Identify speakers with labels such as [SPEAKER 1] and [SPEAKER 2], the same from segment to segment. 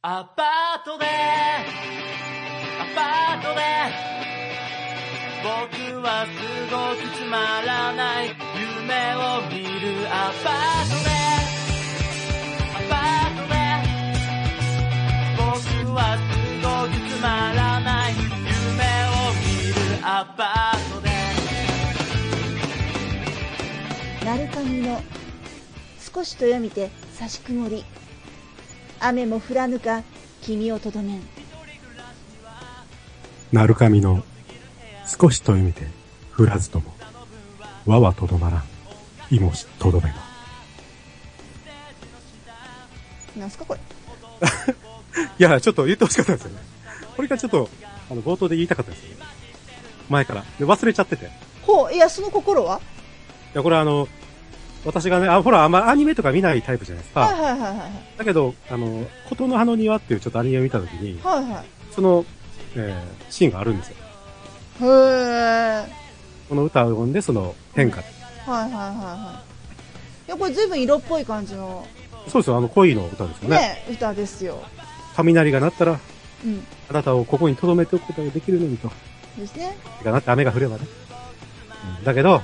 [SPEAKER 1] アパートで、アパートで、僕はすごくつまらない夢を見るアパートで、アパートで、僕はすごくつまらない夢を見るアパートで、
[SPEAKER 2] 鳴神の少しと読みて差し曇り雨も降らぬか君をとどめん
[SPEAKER 3] なるかみの、少しと読みて、降らずとも、和はとどまらん、いもしとどめば。
[SPEAKER 2] なんすかこれ
[SPEAKER 3] いや、ちょっと言ってほしかったですよね。これがちょっと、あの、冒頭で言いたかったですよね。前から。で、忘れちゃってて。い
[SPEAKER 2] ほういやその心は
[SPEAKER 3] や、これあの、私がね、あ、ほら、あんまアニメとか見ないタイプじゃないです
[SPEAKER 2] はい
[SPEAKER 3] か。
[SPEAKER 2] はいはいはい
[SPEAKER 3] だけど、あの、琴の葉の庭っていうちょっとアニメを見たときに、
[SPEAKER 2] はいはい
[SPEAKER 3] その、えーシーンがあるんですよ。
[SPEAKER 2] へえ
[SPEAKER 3] この歌を読んで、その変化。
[SPEAKER 2] はいはいはいはいいやこれ随分色っぽい感じの
[SPEAKER 3] そうですよ、あの恋の歌ですよね。
[SPEAKER 2] ね歌ですよ
[SPEAKER 3] 雷が鳴ったら、
[SPEAKER 2] うん
[SPEAKER 3] あなたをここに留めておくことができるのにと。
[SPEAKER 2] ですね
[SPEAKER 3] てかなって雨が降ればね。うんだけど、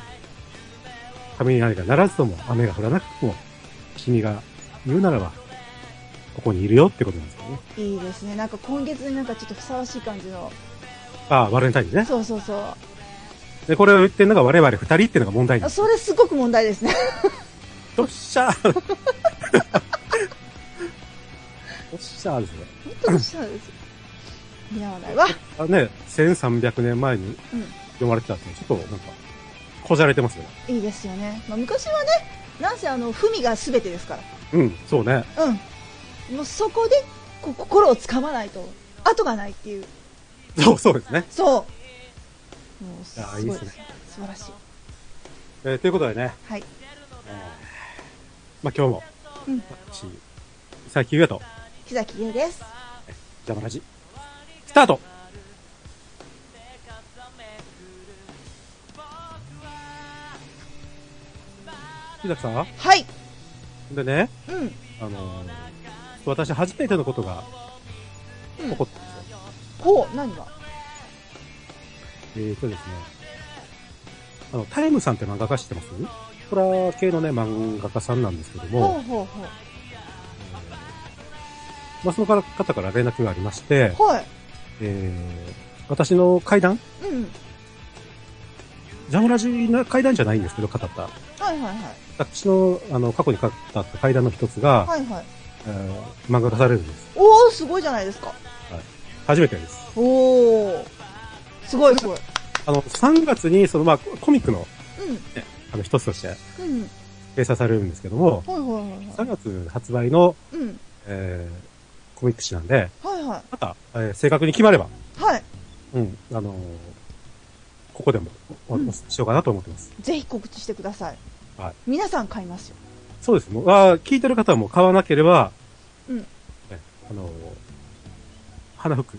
[SPEAKER 3] 雷が鳴らずとも、雨が降らなくても、君が言うならば、ここにいるよってことなんですよね。
[SPEAKER 2] いいですねなんか今月になんかちょっとふさわしい感じの
[SPEAKER 3] ああ、バレンタインね。
[SPEAKER 2] そうそうそう
[SPEAKER 3] で、これを言ってるのが我々二人っていうのが問題な
[SPEAKER 2] あ
[SPEAKER 3] んです。
[SPEAKER 2] それすごく問題ですね
[SPEAKER 3] よっしゃーよっしゃーですね。
[SPEAKER 2] 本当にそうです見習わないわ
[SPEAKER 3] あね、1300年前に
[SPEAKER 2] うん
[SPEAKER 3] 読まれてたって、ちょっとなんか、こじゃれてますよね。
[SPEAKER 2] いいですよね、まあ、昔はねなんせあの文が全てですか
[SPEAKER 3] うん、そうね。
[SPEAKER 2] らうんもうそこでこう心をつかまないと後がないっていう
[SPEAKER 3] そう、そうですね。
[SPEAKER 2] そうもうす
[SPEAKER 3] いや
[SPEAKER 2] ご
[SPEAKER 3] ーいいですね
[SPEAKER 2] 素晴らしい
[SPEAKER 3] えーということでね、
[SPEAKER 2] はい
[SPEAKER 3] えーまあ今日も、
[SPEAKER 2] うん
[SPEAKER 3] 私、最近言うと、
[SPEAKER 2] 木崎優です
[SPEAKER 3] ジャムラジ、スタート木崎さ
[SPEAKER 2] はい
[SPEAKER 3] んでね、
[SPEAKER 2] うん
[SPEAKER 3] あのー私初めてのことが
[SPEAKER 2] うん
[SPEAKER 3] 起こったんですよ。
[SPEAKER 2] ほう何が
[SPEAKER 3] えーとですね、あの、タイムさんって漫画家知ってますホラー系のね、漫画家さんなんですけど
[SPEAKER 2] ほ
[SPEAKER 3] も
[SPEAKER 2] う、ほうほ
[SPEAKER 3] まあ、その方から連絡がありまして、
[SPEAKER 2] うはい
[SPEAKER 3] えー、私の階段
[SPEAKER 2] うん
[SPEAKER 3] ジャムラジな階段じゃないんですけど、語った。
[SPEAKER 2] はいはいはい
[SPEAKER 3] 私の、あの、過去に語った階段の一つが、
[SPEAKER 2] はいはい
[SPEAKER 3] えー漫画化されるんです。
[SPEAKER 2] おおすごいじゃないですか
[SPEAKER 3] 初めてです。
[SPEAKER 2] おおすごいすごい
[SPEAKER 3] あの、3月に、その、まあ、コミックの、あの、一つとして、
[SPEAKER 2] うんうん
[SPEAKER 3] 掲載されるんですけども、
[SPEAKER 2] はいはいはいは
[SPEAKER 3] 3
[SPEAKER 2] い
[SPEAKER 3] 月発売の、
[SPEAKER 2] うん
[SPEAKER 3] えー、コミック誌なんで、
[SPEAKER 2] はいは
[SPEAKER 3] また、えー正確に決まれば、
[SPEAKER 2] いはい
[SPEAKER 3] うん、あのーここでもおお
[SPEAKER 2] うん
[SPEAKER 3] 伝えしようかなと思ってます。
[SPEAKER 2] ぜひ告知してください。
[SPEAKER 3] はい
[SPEAKER 2] 皆さん買いますよ。
[SPEAKER 3] そうです。もう、あー聞いてる方はもう買わなければ、
[SPEAKER 2] うん
[SPEAKER 3] ねあのー花服。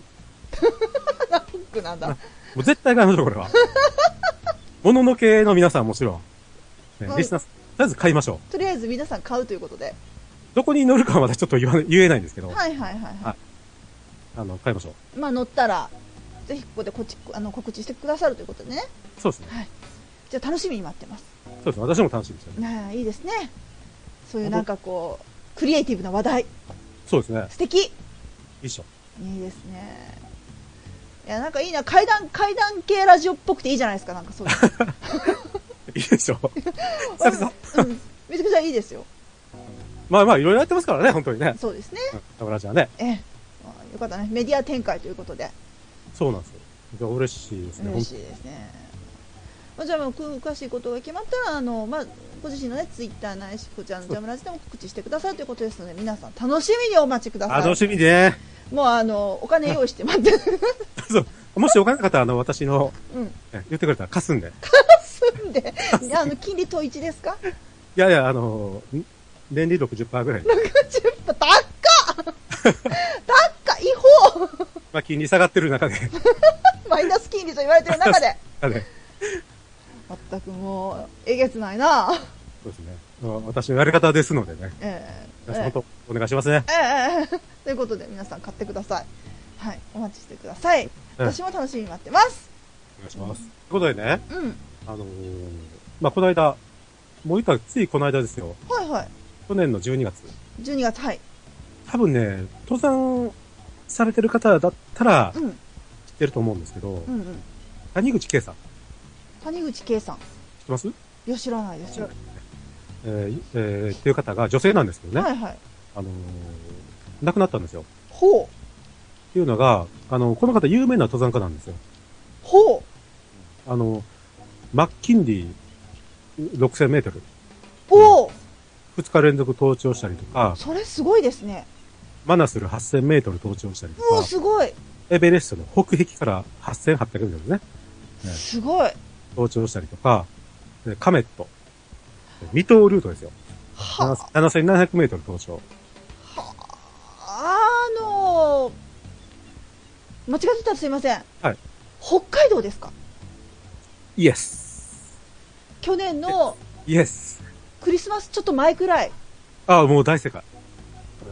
[SPEAKER 2] ナフック なんだ。
[SPEAKER 3] もう絶対買いましょう、こ れは。もののけの皆さんもちろん。ね
[SPEAKER 2] はい
[SPEAKER 3] リスナーさん、とりあえず買いましょう。
[SPEAKER 2] とりあえず皆さん買うということで。
[SPEAKER 3] どこに乗るかはまだちょっと言わ言えないん ですけど、
[SPEAKER 2] はいはいはい、はい。
[SPEAKER 3] はあの、買いましょう。
[SPEAKER 2] まあ乗ったら、ぜひここでこっちあの告知してくださるということでね。
[SPEAKER 3] そうですね。
[SPEAKER 2] じゃあ楽しみに待ってます。
[SPEAKER 3] そうですね。私も楽しみですよね。
[SPEAKER 2] ねえいいですね。そういうなんかこう、クリエイティブな話題。
[SPEAKER 3] そうですね。
[SPEAKER 2] 素敵い
[SPEAKER 3] 一緒。
[SPEAKER 2] いですね。いや、なんかいいな。階段、階段系ラジオっぽくていいじゃないですか。なんか そういうの。
[SPEAKER 3] いいで しょ。久々。
[SPEAKER 2] うん。めちゃくちゃいいですよ。
[SPEAKER 3] まあまあ、いろいろやってますからね、本当にね。
[SPEAKER 2] そうですね。
[SPEAKER 3] うんだからじゃあね、
[SPEAKER 2] ええ。まあよかったね。メディア展開ということで。
[SPEAKER 3] そうなんですよ。いや嬉しいですね。
[SPEAKER 2] 嬉しいですね。まあ、じゃあ、まあ、く詳しいことが決まったら、あの、まあ、ご自身のね、ツイッターないし、こちらのジャムラジでも告知してくださるということですので、皆さん楽しみにお待ちくだ
[SPEAKER 3] 本当
[SPEAKER 2] さ
[SPEAKER 3] あ
[SPEAKER 2] い。
[SPEAKER 3] 楽しみで、ね。
[SPEAKER 2] もう、あの、お金用意して待ってる。
[SPEAKER 3] そう。もしお金なかったら、あの、私の、
[SPEAKER 2] うん。
[SPEAKER 3] え言ってくれたら貸すんで。
[SPEAKER 2] 住んで、あの、金利統一ですか
[SPEAKER 3] いやいや、あのー、ん年利60%ぐらい。
[SPEAKER 2] ?60 パー、高っ高っ違法
[SPEAKER 3] まあ、金利下がって る中で、
[SPEAKER 2] マイナス金利と言われてる中 で。
[SPEAKER 3] あれ、
[SPEAKER 2] まったくもう、えげつないな
[SPEAKER 3] そうですね。まあ私のやり方ですのでね。
[SPEAKER 2] ええ
[SPEAKER 3] 皆さん本当、お願いしますね。
[SPEAKER 2] ええええといういうことで皆さん買ってください。はい、お待ちしてください。
[SPEAKER 3] うん
[SPEAKER 2] 私も楽しみに待ってます。
[SPEAKER 3] お願いします。ということでね、
[SPEAKER 2] うん、
[SPEAKER 3] あのーまあ、この間、もう一回、ついこの間ですよ。
[SPEAKER 2] はいはい。
[SPEAKER 3] 去年の12月。
[SPEAKER 2] 12月、はい。
[SPEAKER 3] 多分ね、登山されてる方だったら
[SPEAKER 2] うん、うん
[SPEAKER 3] 知ってると思うんですけど、
[SPEAKER 2] うん。
[SPEAKER 3] 谷口圭さん、知っ
[SPEAKER 2] 谷口圭さん。
[SPEAKER 3] てます
[SPEAKER 2] いや、知らないです。
[SPEAKER 3] 知らえーえーっていう方が女性なんですけどね、
[SPEAKER 2] はいはい。
[SPEAKER 3] あのー亡くなったんですよ。っ
[SPEAKER 2] ほう、
[SPEAKER 3] ていうのが、あの、この方有名な登山家なんですよ。
[SPEAKER 2] ほ
[SPEAKER 3] あの、マッキンリー6000メートル、
[SPEAKER 2] う、おー
[SPEAKER 3] 2日連続登頂したりとか、
[SPEAKER 2] それすごいですね。
[SPEAKER 3] マナスル8000メートル登頂したりと
[SPEAKER 2] うお、
[SPEAKER 3] か、
[SPEAKER 2] すごい。
[SPEAKER 3] エベレストの北壁から8800メートルね、ね
[SPEAKER 2] すごい。
[SPEAKER 3] 登頂したりとか、でカメット、未踏ルートですよ。
[SPEAKER 2] は、
[SPEAKER 3] 7700メートル登頂。
[SPEAKER 2] あのー、間違ってたらすいません。
[SPEAKER 3] はい。
[SPEAKER 2] 北海道ですか
[SPEAKER 3] イエス。
[SPEAKER 2] 去年の
[SPEAKER 3] イエス。
[SPEAKER 2] クリスマスちょっと前くらい。
[SPEAKER 3] ああ、もう大正解。う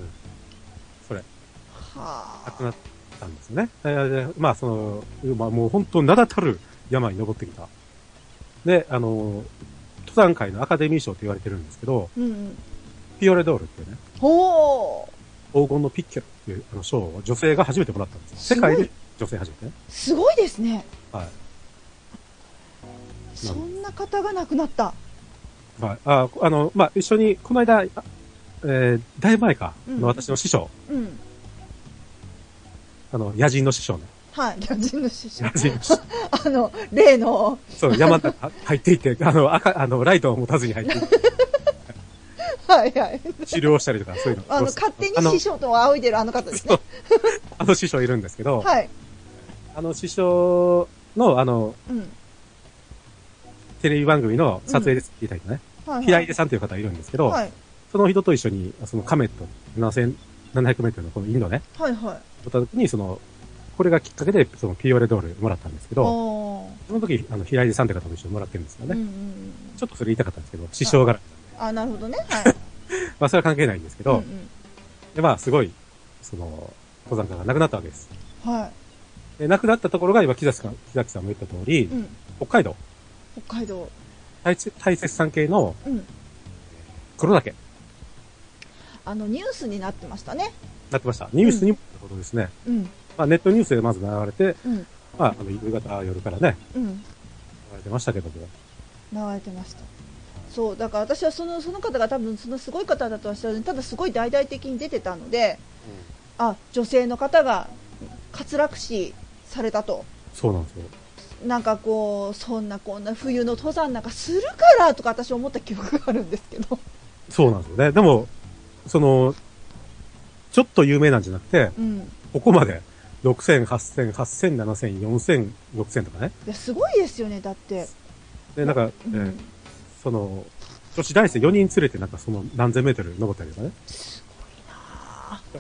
[SPEAKER 3] ん。それ、亡く
[SPEAKER 2] は
[SPEAKER 3] なったんですよね。えーまあ、その、まあ、もう本当名だたる山に登ってきた。で、あの、登山界のアカデミー賞と言われてるんですけど、
[SPEAKER 2] うんうん。
[SPEAKER 3] ピオレドールっていうね、
[SPEAKER 2] ほう
[SPEAKER 3] 黄金のピッキャっていうあの賞を女性が初めてもらったんですよ。世界
[SPEAKER 2] すご
[SPEAKER 3] で
[SPEAKER 2] い
[SPEAKER 3] 女性初めてね。
[SPEAKER 2] すごいですね。
[SPEAKER 3] はい。
[SPEAKER 2] そんな方が亡くなった。
[SPEAKER 3] はい。あ、あの、まあ、一緒に、この間、あえー、だいぶ前か、あ
[SPEAKER 2] うん
[SPEAKER 3] の私の師匠、
[SPEAKER 2] うん。
[SPEAKER 3] あの、野人の師匠ね。
[SPEAKER 2] はい。巨人の師匠
[SPEAKER 3] 野。人の師匠
[SPEAKER 2] あの、例の、
[SPEAKER 3] そう、山の中入っていって、あの、赤、あの、ライトを持たずに入っていって、
[SPEAKER 2] はいはい。
[SPEAKER 3] 治療したりとか、そういうの。
[SPEAKER 2] あの、勝手に師
[SPEAKER 3] 匠。
[SPEAKER 2] 匠と仰いでるあの方です
[SPEAKER 3] そ
[SPEAKER 2] ね
[SPEAKER 3] う。あの師匠いるんですけど、
[SPEAKER 2] はい。
[SPEAKER 3] あの師匠の、あの、
[SPEAKER 2] うん。
[SPEAKER 3] テレビ番組の撮影です聞いたりとね、
[SPEAKER 2] はい、はい。
[SPEAKER 3] 平井出さんという方がいるんですけど、
[SPEAKER 2] はい。
[SPEAKER 3] その人と一緒に、そのカメット、7700メートルのこのインドね、
[SPEAKER 2] はいはい。
[SPEAKER 3] 行った時に、その、これがきっかけで、その、ピオレドールもらったんですけど、
[SPEAKER 2] おー
[SPEAKER 3] その時、あの、平井出さんという方も一緒にもらってるんです
[SPEAKER 2] う
[SPEAKER 3] よ
[SPEAKER 2] ん
[SPEAKER 3] ね。
[SPEAKER 2] うんうん。
[SPEAKER 3] ちょっとそれ言いたかったんですけど、師匠が、
[SPEAKER 2] あ、なるほどね。はい。
[SPEAKER 3] まあ、それは関係ないんですけど、
[SPEAKER 2] うん
[SPEAKER 3] で、まあ、すごい、その、登山家が亡くなったわけです。
[SPEAKER 2] うん、は
[SPEAKER 3] で、亡くなったところが今、木崎さん、木崎さんも言った通り、
[SPEAKER 2] い。うん。
[SPEAKER 3] 北海道、
[SPEAKER 2] 北海道。
[SPEAKER 3] 大雪大雪山系の
[SPEAKER 2] うん。
[SPEAKER 3] 黒岳、
[SPEAKER 2] あの、ニュースになってましたね。
[SPEAKER 3] なってました。ニュースにもなったことですね。
[SPEAKER 2] うん。
[SPEAKER 3] まあ、ネットニュースでまず流れて、
[SPEAKER 2] うん。
[SPEAKER 3] まあ、あの、夕方、夜からね、
[SPEAKER 2] うん。
[SPEAKER 3] 流れてましたけども。
[SPEAKER 2] 流れてましたそうだから私はそのその方が多分そのすごい方だとは知らずにただすごい大々的に出てたのであ女性の方が滑落死されたと
[SPEAKER 3] そうなんですよ。
[SPEAKER 2] なんかこうそんなこんな冬の登山なんかするからとか私思った記憶があるんですけど、
[SPEAKER 3] そうなんですよね。でも、その、ちょっと有名なんじゃなくて、
[SPEAKER 2] うん、い
[SPEAKER 3] ここまで、6000、8000、8000、7000、4000、6000とかね。
[SPEAKER 2] やすごいですよねだって、
[SPEAKER 3] で、なんか、
[SPEAKER 2] うん
[SPEAKER 3] えーその、女子大生4人連れてなんかその何千メートル登ったりとかね。
[SPEAKER 2] す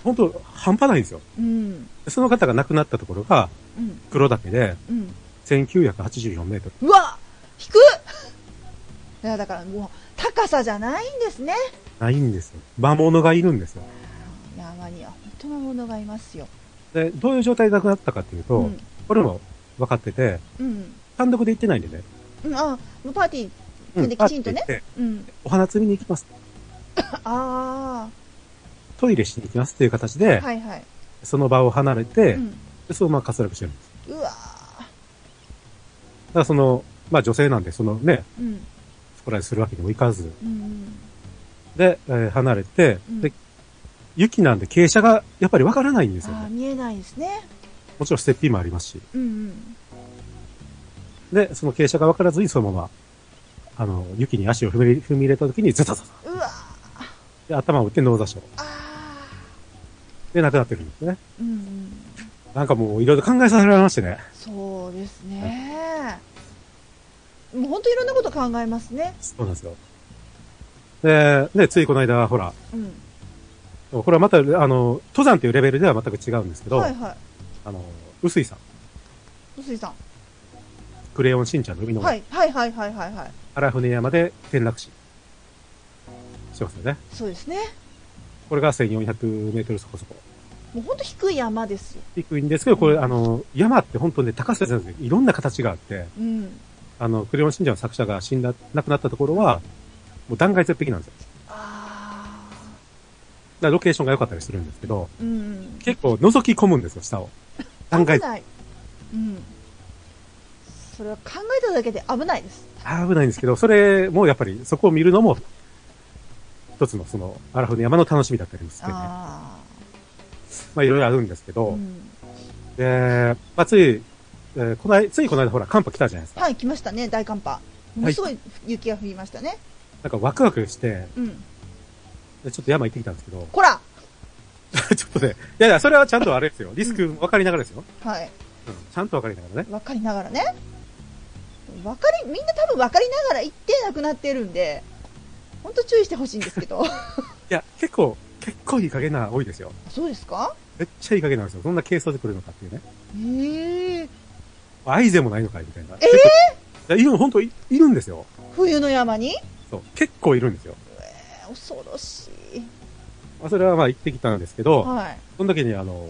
[SPEAKER 3] 本当半端ないんですよ。
[SPEAKER 2] ごいうん
[SPEAKER 3] その方が亡くなったところが
[SPEAKER 2] うん
[SPEAKER 3] 黒岳で
[SPEAKER 2] うん
[SPEAKER 3] 1984メートル。
[SPEAKER 2] うわ低っいやだからもう高さじゃないんですね
[SPEAKER 3] ないんですよ。魔物がいるんですよ。
[SPEAKER 2] 山には本当のものがいますよ、
[SPEAKER 3] で、どういう状態で亡くなったかっていうと、
[SPEAKER 2] うん
[SPEAKER 3] これも分かってて、
[SPEAKER 2] うん
[SPEAKER 3] 単独で行ってないんでね。
[SPEAKER 2] うん、あもうパーティー、
[SPEAKER 3] うん
[SPEAKER 2] できちんとね
[SPEAKER 3] パッ行って
[SPEAKER 2] うん、
[SPEAKER 3] お花摘みに行きます。
[SPEAKER 2] あ
[SPEAKER 3] トイレしに行きますっていう形
[SPEAKER 2] あ
[SPEAKER 3] で、
[SPEAKER 2] はいはい、
[SPEAKER 3] その場を離れて、
[SPEAKER 2] うん、
[SPEAKER 3] でそのまま滑落してるんです。
[SPEAKER 2] うわ
[SPEAKER 3] だからその、まあ女性なんで、そのね、
[SPEAKER 2] ーうん
[SPEAKER 3] そこらでするわけにもいかず、
[SPEAKER 2] うん
[SPEAKER 3] で、えー離れて、
[SPEAKER 2] うん
[SPEAKER 3] で、雪なんで傾斜がやっぱりわからないんですよ
[SPEAKER 2] ああ
[SPEAKER 3] ね。
[SPEAKER 2] 見えないですね
[SPEAKER 3] もちろんステッピーもありますし。
[SPEAKER 2] うんうん
[SPEAKER 3] で、その傾斜がわからずにそのまま、あの、雪に足を踏み踏み入れた時にズタズタ。
[SPEAKER 2] うわー
[SPEAKER 3] で、頭を打って脳挫傷。
[SPEAKER 2] あ
[SPEAKER 3] で、亡くなってるんですね。
[SPEAKER 2] ーうんうん
[SPEAKER 3] なんかもういろいろ考えさせられましてね。
[SPEAKER 2] そうですねもう本当いろんなこと考えますね
[SPEAKER 3] そうなんですよ。で、ね、ついこの間、ほら、
[SPEAKER 2] うん
[SPEAKER 3] これはまた、あの、登山っていうレベルでは全く違うんですけど、
[SPEAKER 2] はいは
[SPEAKER 3] あの、臼井さん、
[SPEAKER 2] い臼井さん、
[SPEAKER 3] クレヨンしんちゃんの海の
[SPEAKER 2] はい、はいはいはいはいはい
[SPEAKER 3] 荒船山で転落死してますよね。
[SPEAKER 2] そうですね
[SPEAKER 3] これが1400メートルそこそこ。
[SPEAKER 2] もうほんと低い山ですよ。
[SPEAKER 3] 低いんですけど、これ、あの、山って本当ね、高さじゃなくて、いろんな形があって、
[SPEAKER 2] うん。
[SPEAKER 3] あの、クレヨンしんちゃんの作者が死んだ、亡くなったところは、もう断崖絶壁なんですよ。だか
[SPEAKER 2] あ
[SPEAKER 3] らロケーションが良かったりするんですけど、
[SPEAKER 2] ー。うん。
[SPEAKER 3] 結構覗き込むんですよ、下を。断
[SPEAKER 2] 危
[SPEAKER 3] 崖、
[SPEAKER 2] ない。うん。それは考えただけで危ないです。
[SPEAKER 3] 危ないんですけど、それもやっぱり、そこを見るのも、一つのその、アラフの山の楽しみだったりもしてね。
[SPEAKER 2] あ
[SPEAKER 3] まあいろいろあるんですけ
[SPEAKER 2] あ。
[SPEAKER 3] ど、
[SPEAKER 2] うん。
[SPEAKER 3] で、まあつい、えーこない、ついこの間ほら、寒波来たじゃないですか。
[SPEAKER 2] はい、来ましたね、大寒波。ものすごい雪が降りましたね。
[SPEAKER 3] なんかワクワクして、
[SPEAKER 2] うん。
[SPEAKER 3] でちょっと山行ってきたんですけど、
[SPEAKER 2] こら
[SPEAKER 3] ちょっとね、いやいや、それはちゃんとあれですよ。リスク分かりながらですよ。
[SPEAKER 2] はい。
[SPEAKER 3] うん、ちゃんと分かりながらね。
[SPEAKER 2] 分かりながらね。分かり、みんな多分分かりながら行って亡くなってるんで、ほんと注意してほしいんですけど。
[SPEAKER 3] いや、結構、結構いい加減な多いですよ。
[SPEAKER 2] そうですか
[SPEAKER 3] めっちゃいい加減なんですよ。どんな軽装で来るのかっていうね。
[SPEAKER 2] ええ
[SPEAKER 3] 合図もないのかいみたいな。
[SPEAKER 2] えー
[SPEAKER 3] 結構いやいるの、本当いいるんですよ。
[SPEAKER 2] 冬の山に
[SPEAKER 3] そう。結構いるんですよ。
[SPEAKER 2] 恐ろしい。
[SPEAKER 3] まあ、それはまあ行ってきたんですけど、
[SPEAKER 2] はい。
[SPEAKER 3] その時にあの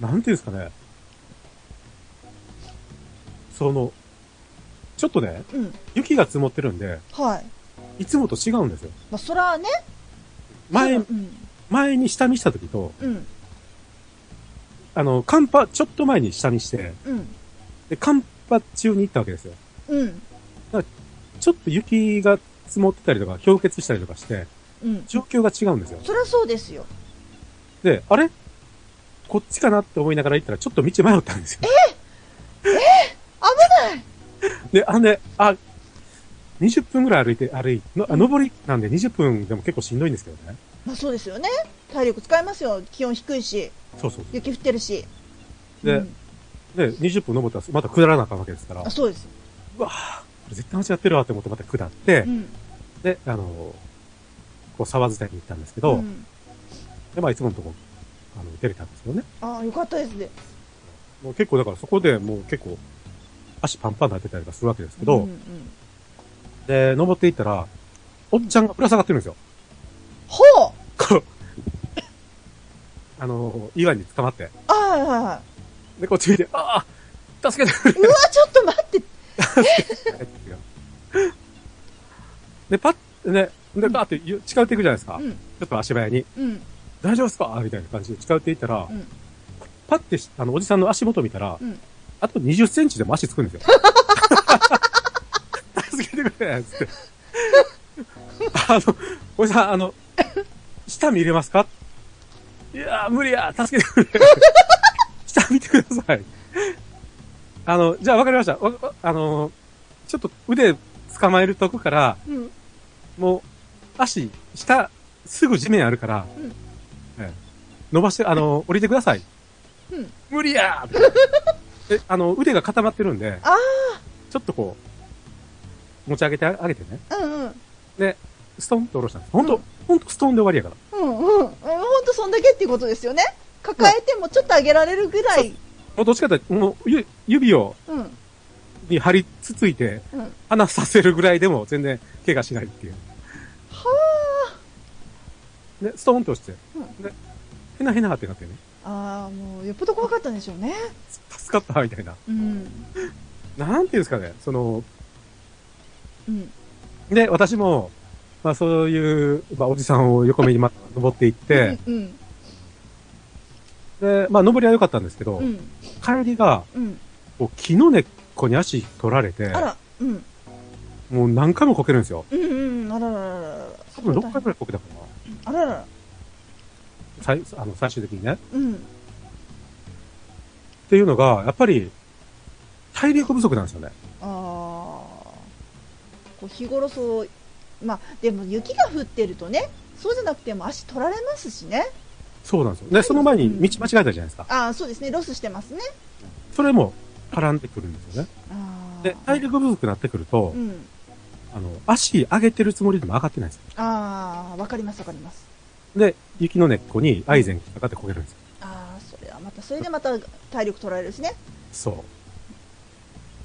[SPEAKER 3] ーなんていうんですかね。その、ちょっとね、
[SPEAKER 2] うん。
[SPEAKER 3] 雪が積もってるんで、
[SPEAKER 2] はい。
[SPEAKER 3] いつもと違うんですよ。
[SPEAKER 2] まあ、そらね。
[SPEAKER 3] 前
[SPEAKER 2] う、ん。
[SPEAKER 3] 前に下見した時と、
[SPEAKER 2] うん。
[SPEAKER 3] あの、寒波、ちょっと前に下見して、
[SPEAKER 2] うん。
[SPEAKER 3] で、寒波中に行ったわけですよ。
[SPEAKER 2] うん。
[SPEAKER 3] ちょっと雪が積もってたりとか、氷結したりとかして、
[SPEAKER 2] うん。
[SPEAKER 3] 状況が違うんですよ。
[SPEAKER 2] そりゃそうですよ。
[SPEAKER 3] で、あれこっちかなって思いながら行ったら、ちょっと道迷ったんですよ。ええ危ないで、あんで、あ、20分ぐらい歩いて、歩いて、のあ登りなんで20分でも結構しんどいんですけどね。
[SPEAKER 2] まあ、そうですよね。体力使いますよ。気温低いし、
[SPEAKER 3] そうそうそう。
[SPEAKER 2] 雪降ってるし。
[SPEAKER 3] で、
[SPEAKER 2] うん
[SPEAKER 3] で、20分登ったら、また下らなあかんわけですから、
[SPEAKER 2] あ、
[SPEAKER 3] こ
[SPEAKER 2] そうです。
[SPEAKER 3] れ絶対間違ってるわって思ってまた下って、
[SPEAKER 2] うん。
[SPEAKER 3] で、あの、こう沢伝いに行ったんですけど、
[SPEAKER 2] うん
[SPEAKER 3] で、まあいつものとこ、あの、出れたんですよね。
[SPEAKER 2] ああ、よかったですね。
[SPEAKER 3] もう結構だからそこでもう結構足パンパンになってたりとかするわけですけど、
[SPEAKER 2] うんうん
[SPEAKER 3] で、登っていったら、おっちゃんがぶら下がってるんですよ。
[SPEAKER 2] ほう
[SPEAKER 3] こう、あの、岩に捕まって。
[SPEAKER 2] ああ、はいはい。
[SPEAKER 3] で、こっち見て、ああ助けてくれ
[SPEAKER 2] うわ、ちょっと待って。
[SPEAKER 3] っていうで、パッ、ね、で、バーってゆ近寄っていくじゃないですか。
[SPEAKER 2] う
[SPEAKER 3] ち
[SPEAKER 2] ん、
[SPEAKER 3] ょっと足早に、
[SPEAKER 2] うん、
[SPEAKER 3] 大丈夫ですかみたいな感じで近寄っていったら、
[SPEAKER 2] うん
[SPEAKER 3] パッてし、あの、おじさんの足元見たら、
[SPEAKER 2] うん
[SPEAKER 3] あと20センチでも足つくんですよ。助けてくれつって。あの、おじさん、あの、下見れますかいやー、無理や助けてくれ下見てください。あの、じゃあ分かりました。わわあの、ちょっと腕捕まえるとこから、
[SPEAKER 2] うん。
[SPEAKER 3] もう、足、下、すぐ地面あるから、
[SPEAKER 2] うん
[SPEAKER 3] ええ伸ばして、あの、降りてください。
[SPEAKER 2] うん
[SPEAKER 3] 無理や ーえ、あの、腕が固まってるんで、
[SPEAKER 2] あ
[SPEAKER 3] ちょっとこう、持ち上げてあげてね。
[SPEAKER 2] あ、うん、うん。
[SPEAKER 3] で、ストンと下ろしたんです。ほん
[SPEAKER 2] う
[SPEAKER 3] と、ほんとストンで終わりやから。
[SPEAKER 2] うん、うん。ほんとそんだけっていうことですよね。抱えてもちょっと上げられるぐらい。
[SPEAKER 3] もうどっちかというと、もう、ゆ指を、
[SPEAKER 2] うん、
[SPEAKER 3] に張りつついて、
[SPEAKER 2] うん。
[SPEAKER 3] 離させるぐらいでも全然怪我しないっていう。
[SPEAKER 2] は
[SPEAKER 3] で、ストンと落ちて、
[SPEAKER 2] う
[SPEAKER 3] で、へなへなってなってね。
[SPEAKER 2] あ。ああ、もう、よっぽど怖かったんでしょうね。
[SPEAKER 3] 助かったみたいな。
[SPEAKER 2] うん、
[SPEAKER 3] なんていうんですかね、その、
[SPEAKER 2] うん、
[SPEAKER 3] で、私も、まあそういう、まあおじさんを横目にま、登っていって、
[SPEAKER 2] うん、
[SPEAKER 3] で、まあ登りは良かったんですけど、
[SPEAKER 2] うん、
[SPEAKER 3] 帰りが、
[SPEAKER 2] うん。
[SPEAKER 3] こう木の根っこに足取られて、
[SPEAKER 2] あら、うん、
[SPEAKER 3] もう何回もこけるんですよ。
[SPEAKER 2] うん、うん、あららららら。
[SPEAKER 3] 多分6回ぐらいこけたかな。
[SPEAKER 2] あららら。
[SPEAKER 3] 最、あの、最終的にね。
[SPEAKER 2] うん。
[SPEAKER 3] っていうのが、やっぱり、体力不足なんですよね。
[SPEAKER 2] ああこう日頃そうまあでも雪が降ってるとねそうじゃなくても足取られますしね
[SPEAKER 3] そうなんですよ。で、その前に道間違えたじゃないですか。
[SPEAKER 2] ああそうですねロスしてますね
[SPEAKER 3] それも絡んでくるんですよね。
[SPEAKER 2] ああ
[SPEAKER 3] で、体力不足になってくると
[SPEAKER 2] う、ん
[SPEAKER 3] あの、足上げてるつもりでも上がってないんですよ。
[SPEAKER 2] ああわかりますわかります
[SPEAKER 3] で、雪の根っこにアイゼン引っかかってこけるんですよ。
[SPEAKER 2] ああそれはまたそれでまた体力取られるしね
[SPEAKER 3] そ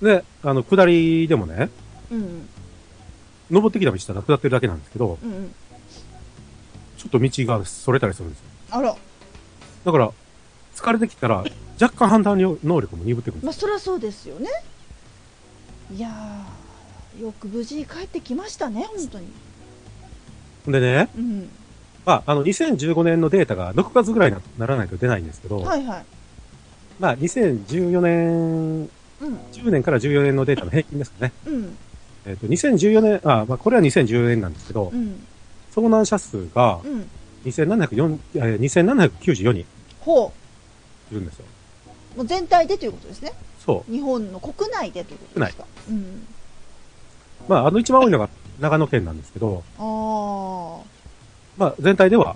[SPEAKER 3] う。で、あの、下りでもね、
[SPEAKER 2] うん
[SPEAKER 3] 登ってきた道したら下ってるだけなんですけど、
[SPEAKER 2] うんうん
[SPEAKER 3] ちょっと道がそれたりするんですよ。
[SPEAKER 2] あら、
[SPEAKER 3] だから、疲れてきたら、若干判断能力も鈍ってくるんです
[SPEAKER 2] まあ、そりゃそうですよね。いやー、よく無事に帰ってきましたね、本当に。
[SPEAKER 3] でね、
[SPEAKER 2] うん。
[SPEAKER 3] まあ、あの、2015年のデータが6月ぐらいにならないと出ないんですけど、
[SPEAKER 2] はいはい。
[SPEAKER 3] まあ、2014年、
[SPEAKER 2] うん。
[SPEAKER 3] 10年から14年のデータの平均ですかね。
[SPEAKER 2] うん。
[SPEAKER 3] えっ、と、2014年、あ、まあ、これは2014年なんですけど
[SPEAKER 2] う、ん。
[SPEAKER 3] 遭難者数が
[SPEAKER 2] うん。
[SPEAKER 3] 2704えー2794人
[SPEAKER 2] ほ
[SPEAKER 3] いるんですよ。
[SPEAKER 2] う。もう全体でということですね。
[SPEAKER 3] そ
[SPEAKER 2] 日本の国内でということですか。うん。
[SPEAKER 3] う。まあ、あの一番多いのが長野県なんですけど、
[SPEAKER 2] あー。
[SPEAKER 3] まあ、全体では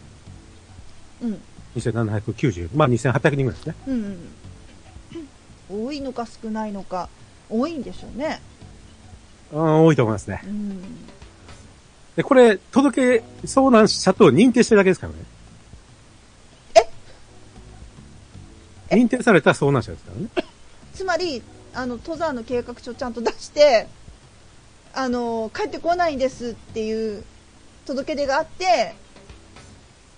[SPEAKER 2] うん。
[SPEAKER 3] 2790、まあ、2800人ぐらいですね。
[SPEAKER 2] うん。多いのか少ないのか、多いんでしょうね。
[SPEAKER 3] うん、多いと思いますね。
[SPEAKER 2] うん。
[SPEAKER 3] で、これ、届け、遭難者と認定してるだけですからね。え認定された遭難者ですからね。
[SPEAKER 2] つまり、あの、登山の計画書ちゃんと出して、あの、帰ってこないんですっていう届け出があって、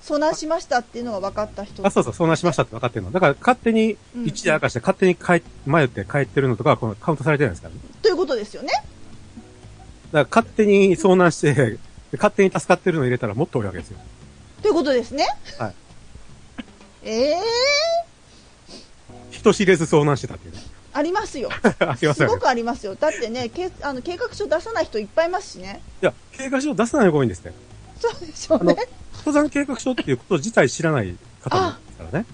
[SPEAKER 2] 遭難しましたっていうのが分かった人。
[SPEAKER 3] あ、そうそう、遭難しましたって分かってるの。だから、勝手に、
[SPEAKER 2] うん
[SPEAKER 3] 一時明かして、勝手に帰、迷って帰ってるのとか、このカウントされてないですからね。
[SPEAKER 2] ということですよね。
[SPEAKER 3] だから、勝手に遭難して、で勝手に助かってるの入れたらもっと多いわけですよ。
[SPEAKER 2] ということですね。
[SPEAKER 3] はい。
[SPEAKER 2] ええ
[SPEAKER 3] 人知れず遭難してたっていうね。
[SPEAKER 2] ありますよ。
[SPEAKER 3] ありますせん。い
[SPEAKER 2] ごくありますよ。だってね、けあの計画書出さない人いっぱいいますしね。
[SPEAKER 3] や、計画書を出さない方が多いんですね。
[SPEAKER 2] そうでしょうね。
[SPEAKER 3] 登山計画書っていうこと自体知らない方もいますからね。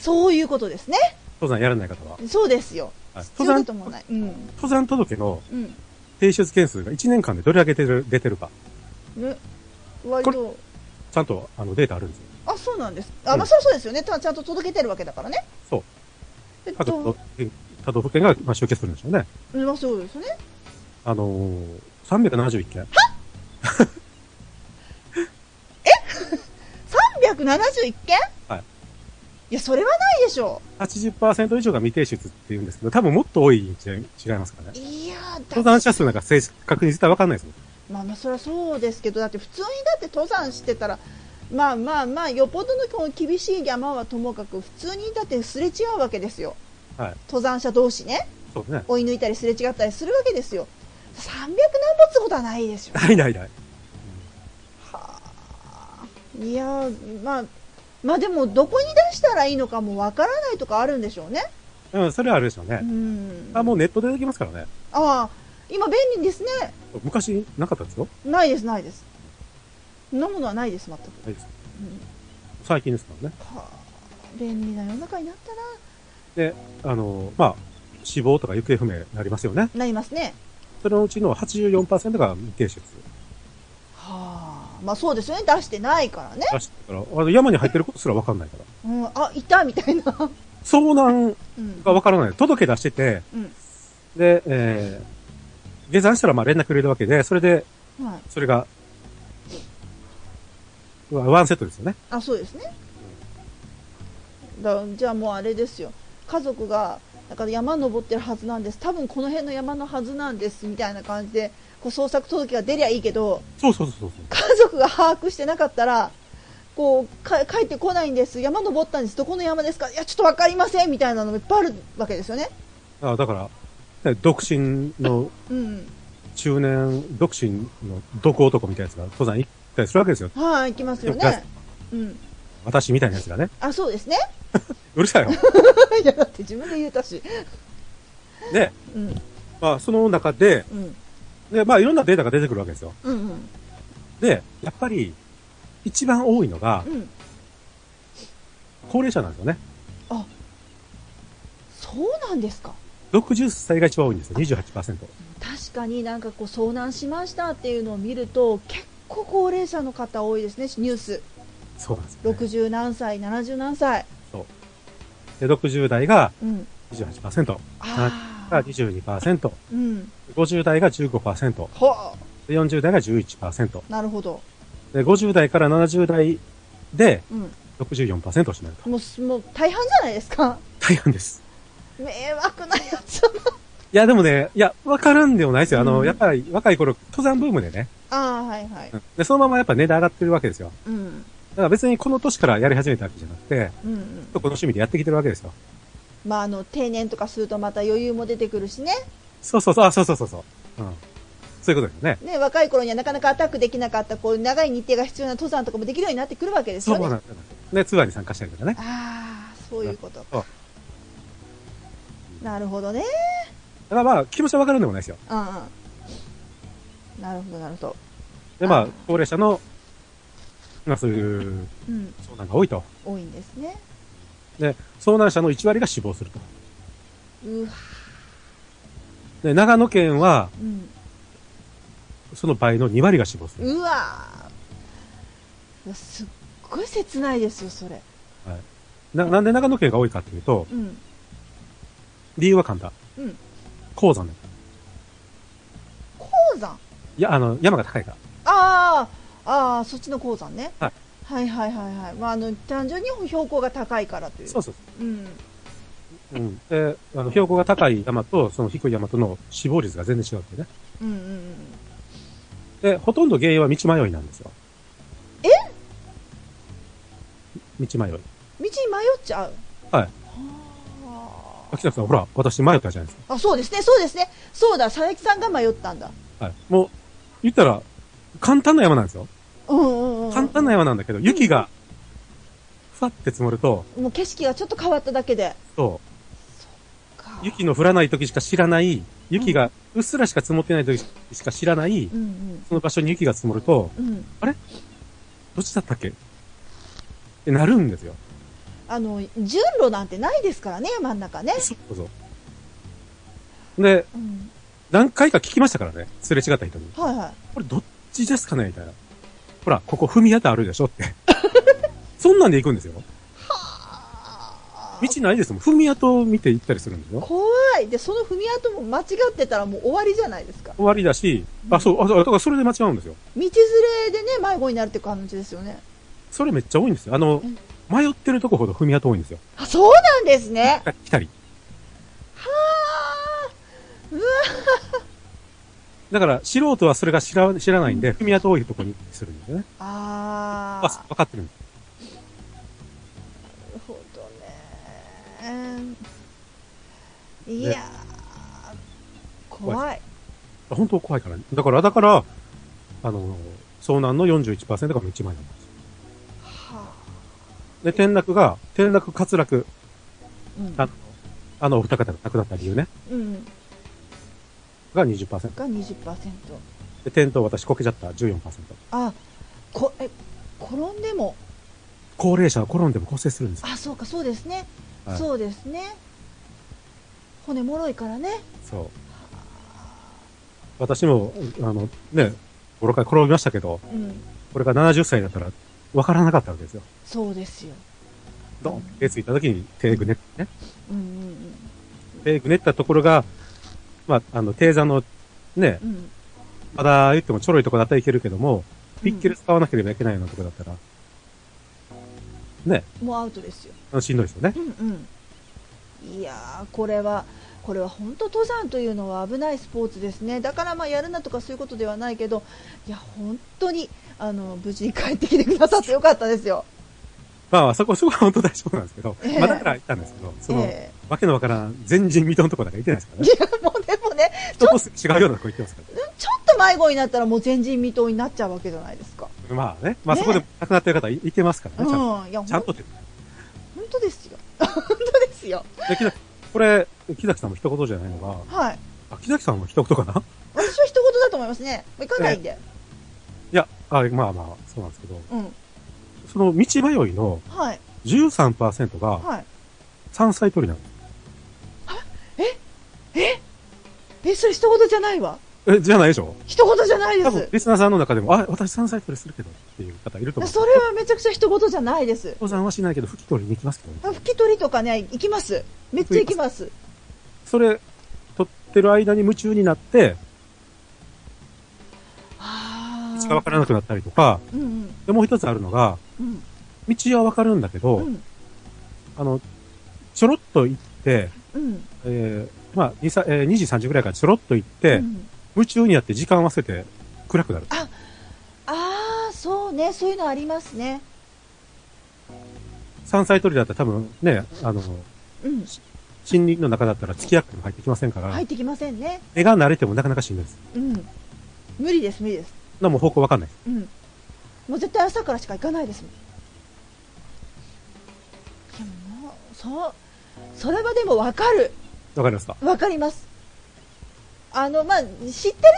[SPEAKER 2] そういうことですね。
[SPEAKER 3] 登山やらない方は。
[SPEAKER 2] そうですよ。
[SPEAKER 3] はい
[SPEAKER 2] 必
[SPEAKER 3] 登
[SPEAKER 2] 要だと
[SPEAKER 3] 山、
[SPEAKER 2] もない。うん。
[SPEAKER 3] 登山届の
[SPEAKER 2] うん。
[SPEAKER 3] 提出件数が1年間でどれだけ出る出てるか、
[SPEAKER 2] ね、割と。
[SPEAKER 3] ちゃんとあのデータあるんですよ。
[SPEAKER 2] あ、そうなんです。
[SPEAKER 3] う
[SPEAKER 2] あ、
[SPEAKER 3] ん
[SPEAKER 2] まあ、そうそうですよね。たちゃんと届けてるわけだからね。
[SPEAKER 3] そう。
[SPEAKER 2] えっ
[SPEAKER 3] 各都
[SPEAKER 2] と、
[SPEAKER 3] 道府県他道府県が、まあ、集結するんでしょうね。
[SPEAKER 2] まあ、そうですね。
[SPEAKER 3] あのー、371件。
[SPEAKER 2] 371件
[SPEAKER 3] はい。
[SPEAKER 2] いや、それはないでしょ
[SPEAKER 3] 80%以上が未提出って言うんですけど、多分もっと多いに違い違いますから
[SPEAKER 2] う。
[SPEAKER 3] ね。
[SPEAKER 2] いやー、だ
[SPEAKER 3] 登山者数なんか正確に絶対わかんないですよ。
[SPEAKER 2] まあまあそれはそうですけどだって普通にだって登山してたらまあまあまあよっぽどのこう厳しい山はともかく普通にだってすれ違うわけですよ
[SPEAKER 3] はい。
[SPEAKER 2] 登山者同士ね
[SPEAKER 3] そうね。
[SPEAKER 2] 追い抜いたりすれ違ったりするわけですよ300何歩ってことはないでしょ
[SPEAKER 3] ないないない。
[SPEAKER 2] はあいやーまあまあでもどこに出したらいいのかもわからないとかあるんでしょうね
[SPEAKER 3] うん、それはあるでしょう
[SPEAKER 2] う
[SPEAKER 3] ね。
[SPEAKER 2] ん
[SPEAKER 3] あ、もうネットでできますからね。
[SPEAKER 2] ああ今便利ですね
[SPEAKER 3] 昔なかったですよ。
[SPEAKER 2] ないですないですそんなものはないです全く、
[SPEAKER 3] ないです
[SPEAKER 2] うん
[SPEAKER 3] 最近ですからね。
[SPEAKER 2] はあ、便利な世の中になったな。
[SPEAKER 3] で、あのー、まあ、死亡とか行方不明になりますよね。
[SPEAKER 2] なりますね。
[SPEAKER 3] それのうちの84%が未提出。
[SPEAKER 2] はあ、まあそうですよね。出してないからね。
[SPEAKER 3] らしいから、あの山に入ってることすらわかんないから。
[SPEAKER 2] うん、あ、いたみたいな。
[SPEAKER 3] 遭難
[SPEAKER 2] うん。
[SPEAKER 3] がわからない。届け出してて、
[SPEAKER 2] うん。
[SPEAKER 3] で、えー、下山したらまあ連絡くれるわけで、それで、
[SPEAKER 2] はい。
[SPEAKER 3] それが、わワンセットですよね。
[SPEAKER 2] あ、そうですね。だじゃあもうあれですよ。家族が、だから山登ってるはずなんです。多分この辺の山のはずなんです。みたいな感じで、こう捜索届が出りゃいいけど、
[SPEAKER 3] そうそうそうそう。
[SPEAKER 2] 家族が把握してなかったら、こうか帰ってこないんです、山登ったんです、どこの山ですか、いや、ちょっと分かりませんみたいなのもいっぱいあるわけですよね。
[SPEAKER 3] あだから、ね独身の
[SPEAKER 2] うん、
[SPEAKER 3] 中年、独身の毒男みたいなやつが登山行ったりするわけですよ。
[SPEAKER 2] はい、行きますよ
[SPEAKER 3] でもガ
[SPEAKER 2] ね
[SPEAKER 3] ス。
[SPEAKER 2] うん。
[SPEAKER 3] 私みたいなやつがね。
[SPEAKER 2] あ、そうですね。
[SPEAKER 3] うるさいよ。
[SPEAKER 2] いや、だって自分で言うたし。
[SPEAKER 3] で、
[SPEAKER 2] うん、
[SPEAKER 3] まあその中で、
[SPEAKER 2] うん、
[SPEAKER 3] で、まあいろんなデータが出てくるわけですよ。
[SPEAKER 2] うん、うん、
[SPEAKER 3] で、やっぱり、一番多いのが
[SPEAKER 2] う、ん。
[SPEAKER 3] 高齢者なんですよね。
[SPEAKER 2] そうなんですか。
[SPEAKER 3] 60歳が一番多いんですよ。28%。
[SPEAKER 2] 確かになんかこう遭難しましたっていうのを見ると、結構高齢者の方多いですね、ニュース。
[SPEAKER 3] そうなんですよ、ね。
[SPEAKER 2] 60何歳、70何歳。
[SPEAKER 3] で、60代が
[SPEAKER 2] うん。
[SPEAKER 3] 28%、
[SPEAKER 2] ああ
[SPEAKER 3] が。22%、
[SPEAKER 2] うん。
[SPEAKER 3] 50代が15%、
[SPEAKER 2] は
[SPEAKER 3] で40代が11%、
[SPEAKER 2] あ、なるほど。
[SPEAKER 3] で、50代から70代で
[SPEAKER 2] うん。
[SPEAKER 3] 64%を占めると。
[SPEAKER 2] もうす、もう大半じゃないですか。
[SPEAKER 3] 大変です。
[SPEAKER 2] 迷惑なやつ。
[SPEAKER 3] いや、でもね、いや、わからんでもないですよ。あの、
[SPEAKER 2] うん
[SPEAKER 3] やっぱり若い頃、登山ブームでね、
[SPEAKER 2] ああ、はいはい。
[SPEAKER 3] で、そのままやっぱ値段上がってるわけですよ。
[SPEAKER 2] うん。
[SPEAKER 3] から別にこの年からやり始めたわけじゃなくて、
[SPEAKER 2] うんうん
[SPEAKER 3] この趣味でやってきてるわけですよ。
[SPEAKER 2] まああの定年とかするとまた余裕も出てくるしね
[SPEAKER 3] そうそうそう、あ、そうそうそうそう。うん。そういうことですね。
[SPEAKER 2] ね若い頃にはなかなかアタックできなかったこう長い日程が必要な登山とかもできるようになってくるわけです
[SPEAKER 3] そ
[SPEAKER 2] よ
[SPEAKER 3] うなん
[SPEAKER 2] ね
[SPEAKER 3] です。で、ツアーに参加したりとかね。
[SPEAKER 2] ああそういうこと
[SPEAKER 3] そう
[SPEAKER 2] なるほどね
[SPEAKER 3] ただまあ、気持ちはわかるんでもないですよ。
[SPEAKER 2] うんうんなるほどなるほど
[SPEAKER 3] で、ま
[SPEAKER 2] あ
[SPEAKER 3] あ、高齢者の、まあそういう、
[SPEAKER 2] うん
[SPEAKER 3] 遭難が多いと。
[SPEAKER 2] 多いんですね
[SPEAKER 3] で、遭難者の1割が死亡すると。
[SPEAKER 2] うわ
[SPEAKER 3] で、長野県は、
[SPEAKER 2] うん
[SPEAKER 3] その倍の2割が死亡する。
[SPEAKER 2] うわうわすっごい切ないですよそれ
[SPEAKER 3] な、なんで長野県が多いかっていうと、
[SPEAKER 2] うん
[SPEAKER 3] 理由は簡単。
[SPEAKER 2] うん
[SPEAKER 3] 鉱山だ。
[SPEAKER 2] 鉱山
[SPEAKER 3] いや、あの、山が高いから。
[SPEAKER 2] ああああそっちの鉱山ね、
[SPEAKER 3] はい
[SPEAKER 2] はいはいはいはいまああの単純に標高が高いからという
[SPEAKER 3] そうそう
[SPEAKER 2] うん
[SPEAKER 3] そう。うん。で、あの、標高が高い山と、その低い山との死亡率が全然違うっていうね。
[SPEAKER 2] うんうんうん
[SPEAKER 3] で、ほとんど原因は道迷いなんですよ。
[SPEAKER 2] え
[SPEAKER 3] 道迷い。
[SPEAKER 2] 道に迷っちゃう
[SPEAKER 3] はい
[SPEAKER 2] は
[SPEAKER 3] 秋田さん、ほら、私迷ったじゃないです
[SPEAKER 2] ああそうですねそうですねそうだ佐々木さんが迷ったんだ
[SPEAKER 3] か。はい。もう、言ったら、簡単な山なんですよ。
[SPEAKER 2] うんうんうん
[SPEAKER 3] 簡単な山なんだけど、雪が、ふわって積もると、
[SPEAKER 2] もう景色がちょっと変わっただけで
[SPEAKER 3] そ
[SPEAKER 2] か
[SPEAKER 3] う、雪の降らない時しか知らない、雪が、うっすらしか積もってない時しか知らない、
[SPEAKER 2] うん
[SPEAKER 3] その場所に雪が積もると、
[SPEAKER 2] うんうん
[SPEAKER 3] どっちだったっけってなるんですよ。
[SPEAKER 2] あの順路なんてないですからね真ん中ね
[SPEAKER 3] そうそうそう。で、
[SPEAKER 2] うん
[SPEAKER 3] 何回か聞きましたからね、すれ違った人に。
[SPEAKER 2] はいはい
[SPEAKER 3] これどっちですかねみたいな。ほら、ここ踏み当たあるでしょって。 そんなんで行くんですよ。
[SPEAKER 2] あー
[SPEAKER 3] 道ないですもん。踏み跡を見て行ったりするんですよ。
[SPEAKER 2] 怖いでその踏み跡も間違ってたらもう終わりじゃないですか
[SPEAKER 3] 終わりだし、あ、そう、あ、そうだからそれで間違うんですよ。
[SPEAKER 2] 道連れでね迷子になるって感じですよね
[SPEAKER 3] それめっちゃ多いんですよ。あの
[SPEAKER 2] うん、
[SPEAKER 3] 迷ってるとこほど踏み跡多いんですよ。
[SPEAKER 2] あそうなんです ね
[SPEAKER 3] 来たり。
[SPEAKER 2] は
[SPEAKER 3] だから、素人はそれが知ら知らないんで、踏み跡多いとこにするんですよね。
[SPEAKER 2] ああ
[SPEAKER 3] あ、
[SPEAKER 2] あ
[SPEAKER 3] 分かってるんです。
[SPEAKER 2] なるほどねいやー怖い
[SPEAKER 3] あ本当怖いからね。だから、だから、あの、遭難の41%が道迷いなんですよ。
[SPEAKER 2] は
[SPEAKER 3] で、転落が、転落滑落、
[SPEAKER 2] あ
[SPEAKER 3] ああのお二方が亡くなった理由ね、
[SPEAKER 2] うん、うん、
[SPEAKER 3] が20%。
[SPEAKER 2] が20%
[SPEAKER 3] で、転倒私こけちゃった14%。
[SPEAKER 2] あこえ転んでも
[SPEAKER 3] 高齢者は転んでも骨折するんですよ。
[SPEAKER 2] あそうかそうですね、
[SPEAKER 3] はい
[SPEAKER 2] そうですね骨もろいからね
[SPEAKER 3] そう。私も、あの、ね、5、6回転びましたけど、
[SPEAKER 2] うん
[SPEAKER 3] これが70歳だったら、わからなかったわけですよ。
[SPEAKER 2] そうですよ
[SPEAKER 3] ドンって手ついた時に手ぐねってね。
[SPEAKER 2] うんうん
[SPEAKER 3] 手ぐねったところが、まあ、あの、低座の、ね、
[SPEAKER 2] うんうん
[SPEAKER 3] まだ言ってもちょろいとこだったらいけるけども、ピッケル使わなければいけないようなとこだったら、ね、
[SPEAKER 2] もうアウトですよ
[SPEAKER 3] あのしんどいですよね
[SPEAKER 2] う。んうん、いやーこれはこれは本当登山というのは危ないスポーツですねだからまあやるなとかそういうことではないけどいや本当にあの無事に帰ってきてくださってよかったですよ。
[SPEAKER 3] まあまあ、そこ、そこは本当大丈夫なんですけど、
[SPEAKER 2] ええ
[SPEAKER 3] まあだから行ったんですけど、その、
[SPEAKER 2] え
[SPEAKER 3] わけのわからん、前人未到のとこだから行ってないですから
[SPEAKER 2] え
[SPEAKER 3] ね。
[SPEAKER 2] いやもうでもね
[SPEAKER 3] 人と違うようなとこ行ってますからね。
[SPEAKER 2] ちょっと迷子になったらもう前人未到になっちゃうわけじゃないですか。
[SPEAKER 3] まあね、まあ
[SPEAKER 2] ね
[SPEAKER 3] そこで亡くなってる方い行けますから
[SPEAKER 2] うん
[SPEAKER 3] ね、ちゃんと。
[SPEAKER 2] いや
[SPEAKER 3] ちゃん
[SPEAKER 2] 本
[SPEAKER 3] とって。
[SPEAKER 2] 当ですよ 本当ですよ
[SPEAKER 3] で木崎これ、木崎さんも一言じゃないのが、
[SPEAKER 2] はい
[SPEAKER 3] あ、木崎さんも一言かない
[SPEAKER 2] 私は一言だと思いますね行かないんで、
[SPEAKER 3] や、あまあまあ、そうなんですけど、
[SPEAKER 2] うん
[SPEAKER 3] その道迷いの
[SPEAKER 2] はい
[SPEAKER 3] 13%が
[SPEAKER 2] はい
[SPEAKER 3] 山菜取りなんです。
[SPEAKER 2] えそれ一言じゃないわ
[SPEAKER 3] え、じゃないでしょ
[SPEAKER 2] 一言じゃないで
[SPEAKER 3] 多分
[SPEAKER 2] す、
[SPEAKER 3] リスナーさんの中でも、あ、私山菜取りするけどっていう方いると思う。
[SPEAKER 2] それはめちゃくちゃ一言じゃないです
[SPEAKER 3] 登山はしないけど、吹き取りに行きますけどね。
[SPEAKER 2] あ拭き取りとかね行きますめっちゃ行きます
[SPEAKER 3] それ、取ってる間に夢中になって、
[SPEAKER 2] あ
[SPEAKER 3] 道
[SPEAKER 2] あ
[SPEAKER 3] がわからなくなったりとか、
[SPEAKER 2] うんうん
[SPEAKER 3] で、もう一つあるのが、
[SPEAKER 2] うん
[SPEAKER 3] 道はわかるんだけど、
[SPEAKER 2] うん
[SPEAKER 3] あの、ちょろっと行って、
[SPEAKER 2] うん
[SPEAKER 3] えー、まあ、2, さえー2時3時ぐらいからちょろっと行って、
[SPEAKER 2] うん
[SPEAKER 3] 夢中になって時間を忘れて暗くなる。
[SPEAKER 2] ああそうねそういうのありますね
[SPEAKER 3] 山菜採りだったら多分ね、あの、
[SPEAKER 2] うん、
[SPEAKER 3] 森林の中だったら月薬も入ってきませんから、
[SPEAKER 2] 入ってきませんね。
[SPEAKER 3] 目が慣れてもなかなかしんどいです。
[SPEAKER 2] うん、無理です無理です。
[SPEAKER 3] なもう方向わかんないです。
[SPEAKER 2] うん、もう絶対朝からしか行かないですもん。でもな、そう、それはでもわかる。
[SPEAKER 3] わかりますか
[SPEAKER 2] わかります。あの、まあ、知ってる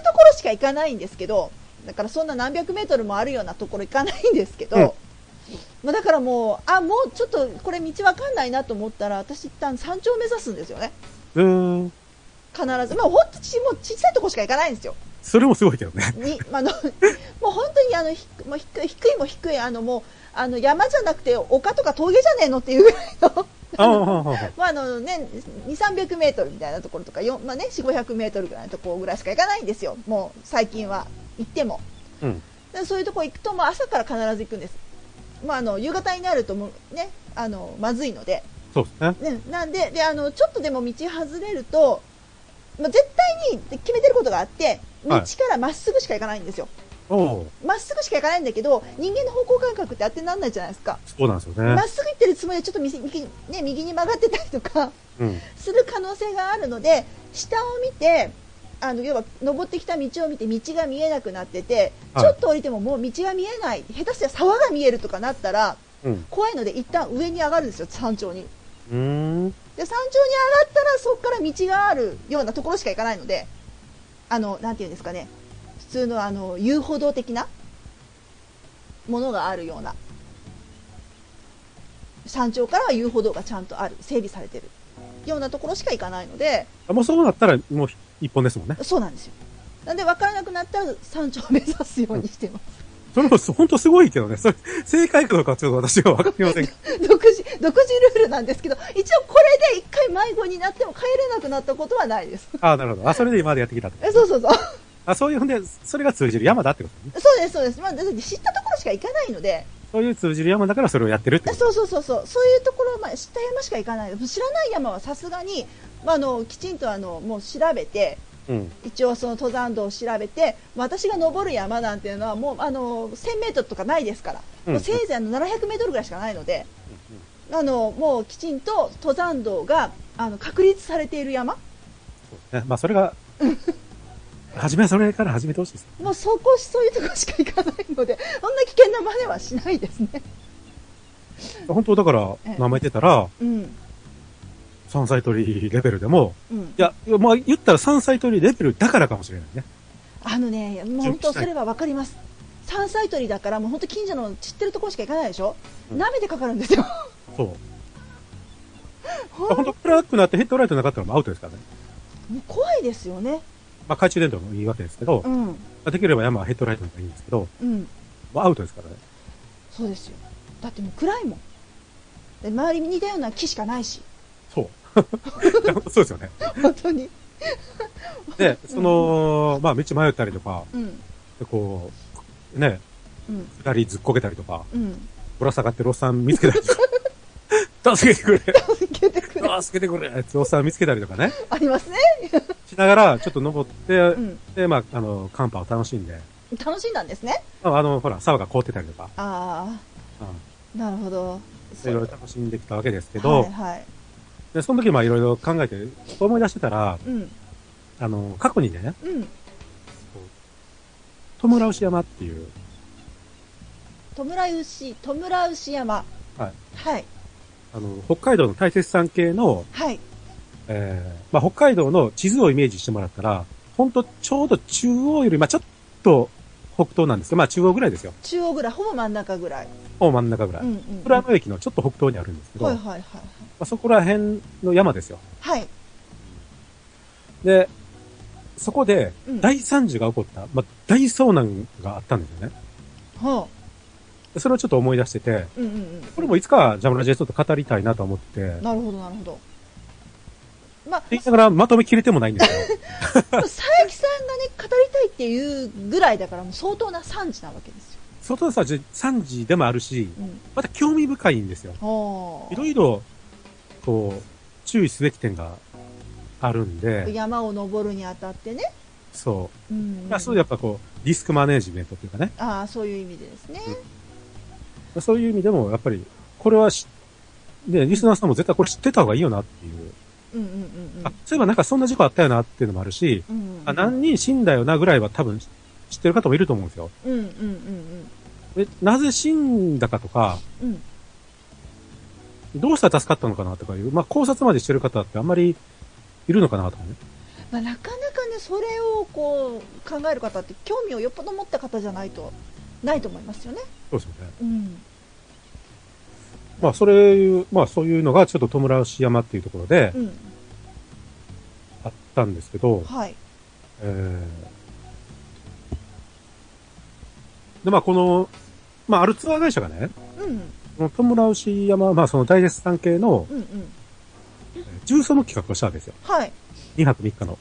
[SPEAKER 2] ところしか行かないんですけど、だからそんな何百メートルもあるようなところ行かないんですけど、
[SPEAKER 3] うん
[SPEAKER 2] まあだからもう、あ、もうちょっとこれ道わかんないなと思ったら、私一旦山頂を目指すんですよね。
[SPEAKER 3] うーん。
[SPEAKER 2] 必ず。まあ、ほんとち、もう小さいとこしか行かないんですよ。
[SPEAKER 3] それもすごいけど ね。
[SPEAKER 2] に、まあ、あの、 もう本当にあの、ひもう低い、低いも低い、あのもう、あの山じゃなくて丘とか峠じゃねえのっていうぐらいの。
[SPEAKER 3] ああ、ああああ
[SPEAKER 2] まああのね、2、300メートルみたいなところとか、よんまあね、4、500メートルぐらいのところぐらいしか行かないんですよ。もう最近は行っても。
[SPEAKER 3] うん。
[SPEAKER 2] でそういうとこ行くと、もう朝から必ず行くんです。まああの、夕方になるともうね、あの、まずいので。
[SPEAKER 3] そうですね。
[SPEAKER 2] ね、なんで、で、あの、ちょっとでも道外れると、まあ、絶対に決めてることがあって、道
[SPEAKER 3] はい
[SPEAKER 2] からまっすぐしか行かないんですよ。
[SPEAKER 3] おお
[SPEAKER 2] まっすぐしか行かないんだけど、人間の方向感覚って当てにならないじゃないですか。
[SPEAKER 3] そうなんですよね
[SPEAKER 2] ま。っすぐ行ってるつもりでちょっと右右ね、右に曲がってたりとか、
[SPEAKER 3] うん。
[SPEAKER 2] する可能性があるので下を見てあの要は登ってきた道を見て道が見えなくなってて、
[SPEAKER 3] はい
[SPEAKER 2] ちょっと降りてももう道が見えない下手したら沢が見えるとかなったら
[SPEAKER 3] うん。
[SPEAKER 2] 怖いので一旦上に上がるんですよ山頂に
[SPEAKER 3] うーん。
[SPEAKER 2] で山頂に上がったらそこから道があるようなところしか行かないのであのなんていうんですかね普通のあの遊歩道的なものがあるような山頂からは遊歩道がちゃんとある整備されてるようなところしか行かないので
[SPEAKER 3] あもうそうなったらもう一本ですもんね。
[SPEAKER 2] そうなんですよなんで分からなくなったら山頂を目指すようにしてます
[SPEAKER 3] それも本当すごいけどね。それ、正解かどうかはちょっと私はわかりま せんけど。
[SPEAKER 2] 独自独自ルールなんですけど一応これで一回迷子になっても帰れなくなったことはないです
[SPEAKER 3] ああ、なるほど。あ、それで今までやってきたと。
[SPEAKER 2] えそうそうそう
[SPEAKER 3] あ、そういうんで、それが通じる山だってことね。
[SPEAKER 2] そうです、そうです。まあ、だって知ったところしか行かないので、
[SPEAKER 3] そういう通じる山だからそれをやってるって
[SPEAKER 2] あ
[SPEAKER 3] こと。
[SPEAKER 2] そうそうそうそう、そういうところ、まあ、知った山しか行かない。知らない山はさすがに、まあ、あの、きちんとあの、もう調べて、
[SPEAKER 3] うん。
[SPEAKER 2] 一応その登山道を調べて、私が登る山なんていうのはもう、あの、1000メートルとかないですから、
[SPEAKER 3] うん
[SPEAKER 2] もうせいぜいあの700メートルぐらいしかないので、あの、もうきちんと登山道が、あの、確立されている山、
[SPEAKER 3] ね、まあそれが、はじめそれから始めてほしいです。
[SPEAKER 2] もうそこ、そういうところしか行かないので、そんな危険な真似はしないですね。
[SPEAKER 3] 本当だから
[SPEAKER 2] ええ、
[SPEAKER 3] 舐めてたら、
[SPEAKER 2] うん、
[SPEAKER 3] 山菜取りレベルでも、
[SPEAKER 2] うん
[SPEAKER 3] い。や、まあ言ったら山菜取りレベルだからかもしれないね。
[SPEAKER 2] あのね、もう本当それはわかります。山菜採りだからもう本当近所の知ってるところしか行かないでしょ。
[SPEAKER 3] うん
[SPEAKER 2] 舐めてかかるんですよ。
[SPEAKER 3] そう。
[SPEAKER 2] ほん
[SPEAKER 3] 本当暗くなってヘッドライトなかったらもうアウトですからね。
[SPEAKER 2] もう怖いですよね。
[SPEAKER 3] まあ懐中電灯もいいわけですけど、
[SPEAKER 2] う
[SPEAKER 3] ま
[SPEAKER 2] ん、
[SPEAKER 3] あできれば山はヘッドライトの方がいいんですけど、
[SPEAKER 2] うん、
[SPEAKER 3] まあアウトですからね。
[SPEAKER 2] そうですよ。だってもう暗いもん。で周りに似たような木しかないし、
[SPEAKER 3] そう。いや本当 そうですよね。
[SPEAKER 2] 本当に。
[SPEAKER 3] で、その、まあ道迷ったりとか、
[SPEAKER 2] うん、
[SPEAKER 3] でこう、ね、
[SPEAKER 2] うん、
[SPEAKER 3] 二人ずっこけたりとか、
[SPEAKER 2] うん。
[SPEAKER 3] ぶら下がってるおっさん見つけたり とか、助けてくれ
[SPEAKER 2] 助けてくれ。
[SPEAKER 3] 助けてくれっておっさん見つけたりとかね、
[SPEAKER 2] ありますね。
[SPEAKER 3] しながら、ちょっと登って、
[SPEAKER 2] うん、
[SPEAKER 3] で、まあ、あの、カンパを楽しんで、
[SPEAKER 2] 楽しんだんですね。
[SPEAKER 3] まああの、ほら、沢が凍ってたりとか、
[SPEAKER 2] あ
[SPEAKER 3] うん
[SPEAKER 2] あ、なるほど。
[SPEAKER 3] いろいろ楽しんできたわけですけど、
[SPEAKER 2] はい、はい、
[SPEAKER 3] で、その時、まあ、いろいろ考えて、思い出してたら、
[SPEAKER 2] うん、
[SPEAKER 3] あの、過去にね、
[SPEAKER 2] うん。
[SPEAKER 3] トムラウシ山っていう、
[SPEAKER 2] 弔い牛、弔い牛山。
[SPEAKER 3] はい。
[SPEAKER 2] はい、
[SPEAKER 3] あの、北海道の大雪山系の、
[SPEAKER 2] はい。
[SPEAKER 3] えー、まあ、北海道の地図をイメージしてもらったら、ほんと、ちょうど中央より、まあ、ちょっと、北東なんですけど、まあ、中央ぐらいですよ。
[SPEAKER 2] 中央ぐらい、ほぼ真ん中ぐらい。
[SPEAKER 3] ほぼ真ん中ぐらい。
[SPEAKER 2] うん、うん。
[SPEAKER 3] 富良野駅のちょっと北東にあるんですけど、
[SPEAKER 2] はい
[SPEAKER 3] ま
[SPEAKER 2] はいはい
[SPEAKER 3] あ、そこら辺の山ですよ。
[SPEAKER 2] はい。はい。
[SPEAKER 3] で、そこで
[SPEAKER 2] うん、
[SPEAKER 3] 大惨事が起こった、まあ、大遭難があったんですよね。
[SPEAKER 2] は
[SPEAKER 3] でそれをちょっと思い出してて、
[SPEAKER 2] あ、うんうん
[SPEAKER 3] これもいつかジャムラジェちょっと語りたいなと思ってて、っ
[SPEAKER 2] うん。
[SPEAKER 3] て
[SPEAKER 2] なるほどなるほど。まあ、
[SPEAKER 3] 言いながらまとめきれてもないんですよ。
[SPEAKER 2] 佐伯さんがね、語りたいっていうぐらいだから、もう相当な惨事なわけですよ。
[SPEAKER 3] 外のさ、じ惨事でもあるし、
[SPEAKER 2] うん。
[SPEAKER 3] また興味深いんですよ。
[SPEAKER 2] はい
[SPEAKER 3] ろいろ、こう、注意すべき点があるん
[SPEAKER 2] あ。
[SPEAKER 3] で、
[SPEAKER 2] 山を登るにあたってね。
[SPEAKER 3] そ
[SPEAKER 2] うん、
[SPEAKER 3] う。
[SPEAKER 2] うん。
[SPEAKER 3] まあ、そういうやっぱこう、リスクマネジメントっていうかね、
[SPEAKER 2] ああ、そういう意味でですね。
[SPEAKER 3] そういう意味でも、やっぱり、これはしで、リスナーさんも絶対これ知ってた方がいいよなっていう。
[SPEAKER 2] うんうんうんうん
[SPEAKER 3] あ、そういえばなんかそんな事故あったよなっていうのもあるし、
[SPEAKER 2] うんうん
[SPEAKER 3] あ、何人死んだよなぐらいは多分知ってる方もいると思うんですよ。
[SPEAKER 2] うんうんうん
[SPEAKER 3] で、なぜ死んだかとか、
[SPEAKER 2] うんうん
[SPEAKER 3] どうしたら助かったのかなとかいう、まあ考察までしてる方ってあんまりいるのかなとかね。
[SPEAKER 2] まあ、なかなかねそれをこう考える方って興味をよっぽど持った方じゃないとないと思いますよね。
[SPEAKER 3] そうですよね。
[SPEAKER 2] うん
[SPEAKER 3] まあそれいう、まあそういうのがちょっと弔牛山っていうところで
[SPEAKER 2] うん
[SPEAKER 3] あったんですけど、
[SPEAKER 2] はい
[SPEAKER 3] えーで、まあこの、まああるツアー会社がね、
[SPEAKER 2] うんうん
[SPEAKER 3] このトムラウシ山、まあその大絶賛系の
[SPEAKER 2] うんうん
[SPEAKER 3] 重曹の企画をしたんですよ。
[SPEAKER 2] はい
[SPEAKER 3] 2泊3日の。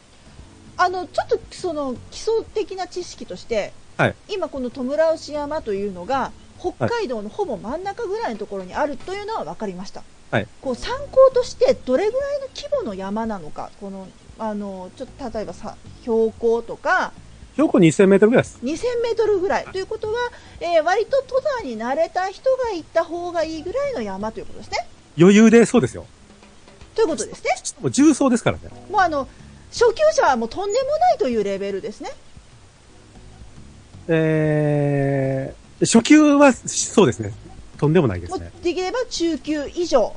[SPEAKER 2] あのちょっとその基礎的な知識として、
[SPEAKER 3] はい
[SPEAKER 2] 今このトムラウシ山というのが北海道のほぼ真ん中ぐらいのところにあるというのは分かりました、
[SPEAKER 3] はい
[SPEAKER 2] こう参考としてどれぐらいの規模の山なのかこのあのちょっと例えばさ標高とか
[SPEAKER 3] 標高2000メートルぐらいです。
[SPEAKER 2] 2000メートルぐらいということは、えー割と登山に慣れた人が行った方がいいぐらいの山ということですね。
[SPEAKER 3] 余裕で、そうですよ。
[SPEAKER 2] ということですね。
[SPEAKER 3] もう重曹ですからね。
[SPEAKER 2] もうあの初級者はもうとんでもないというレベルですね。
[SPEAKER 3] えー、初級は、そうですね。とんでもないで
[SPEAKER 2] も
[SPEAKER 3] す
[SPEAKER 2] う
[SPEAKER 3] ね。
[SPEAKER 2] できれば中級以上。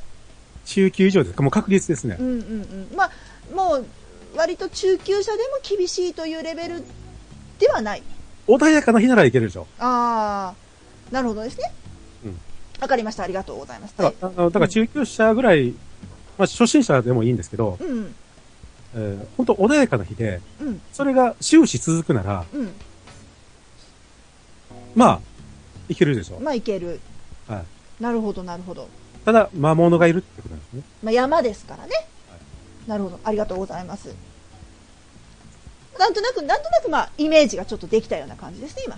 [SPEAKER 3] 中級以上です。もう確率ですね
[SPEAKER 2] う。んうんうん。まあもう割と中級者でも厳しいというレベルではない。
[SPEAKER 3] 穏やかな日ならいけるでしょ。
[SPEAKER 2] ああ、なるほどですね。
[SPEAKER 3] うん
[SPEAKER 2] わかりました。ありがとうございます。は
[SPEAKER 3] だ
[SPEAKER 2] い
[SPEAKER 3] から、あのだから中級者ぐらい、まあ初心者でもいいんですけど、
[SPEAKER 2] うんうん
[SPEAKER 3] えー、本当穏やかな日で、
[SPEAKER 2] うん
[SPEAKER 3] それが終始続くなら、
[SPEAKER 2] うん。
[SPEAKER 3] まあ、いけるでしょ。
[SPEAKER 2] まあいける。
[SPEAKER 3] はい。
[SPEAKER 2] なるほどなるほど。
[SPEAKER 3] ただ、魔物がいるってことなんですね。
[SPEAKER 2] まあ、山ですからね、
[SPEAKER 3] は
[SPEAKER 2] なるほどありがとうございますなんとなくなんとなくまあイメージがちょっとできたような感じですね今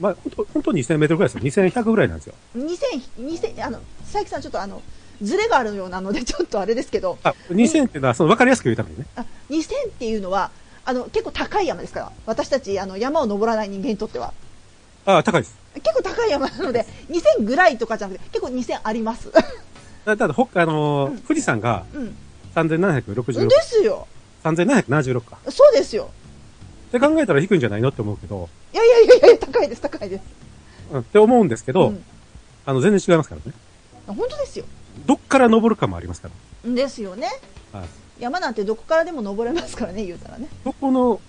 [SPEAKER 3] まあ、本当本当2000メートルぐらいですよ。2100ぐらいなんですよ。
[SPEAKER 2] 2000 2000あの佐伯さんちょっとあのズレがあるようなのでちょっとあれですけど
[SPEAKER 3] あ、2000っていうのは、その分かりやすく言うためにね。
[SPEAKER 2] あ2000っていうのはあの結構高い山ですから私たちあの山を登らない人間にとっては
[SPEAKER 3] ああ、高いです。
[SPEAKER 2] 結構高い山なので2000ぐらいとかじゃなくて結構2000あります
[SPEAKER 3] だだって、ほあのー
[SPEAKER 2] うん
[SPEAKER 3] 富士山が
[SPEAKER 2] うん
[SPEAKER 3] 3766
[SPEAKER 2] で、すよ
[SPEAKER 3] 3776か。
[SPEAKER 2] そうですよ
[SPEAKER 3] って考えたら低いんじゃないのって思うけど、
[SPEAKER 2] いやいやいやいや高いです高いです
[SPEAKER 3] うん、って思うんですけど、
[SPEAKER 2] うん、
[SPEAKER 3] あの、全然違いますからね。
[SPEAKER 2] 本当ですよ
[SPEAKER 3] どっから登るかもありますか
[SPEAKER 2] ですよね
[SPEAKER 3] ら。はい。
[SPEAKER 2] 山なんてどこからでも登れますからね言うたらね、
[SPEAKER 3] どこの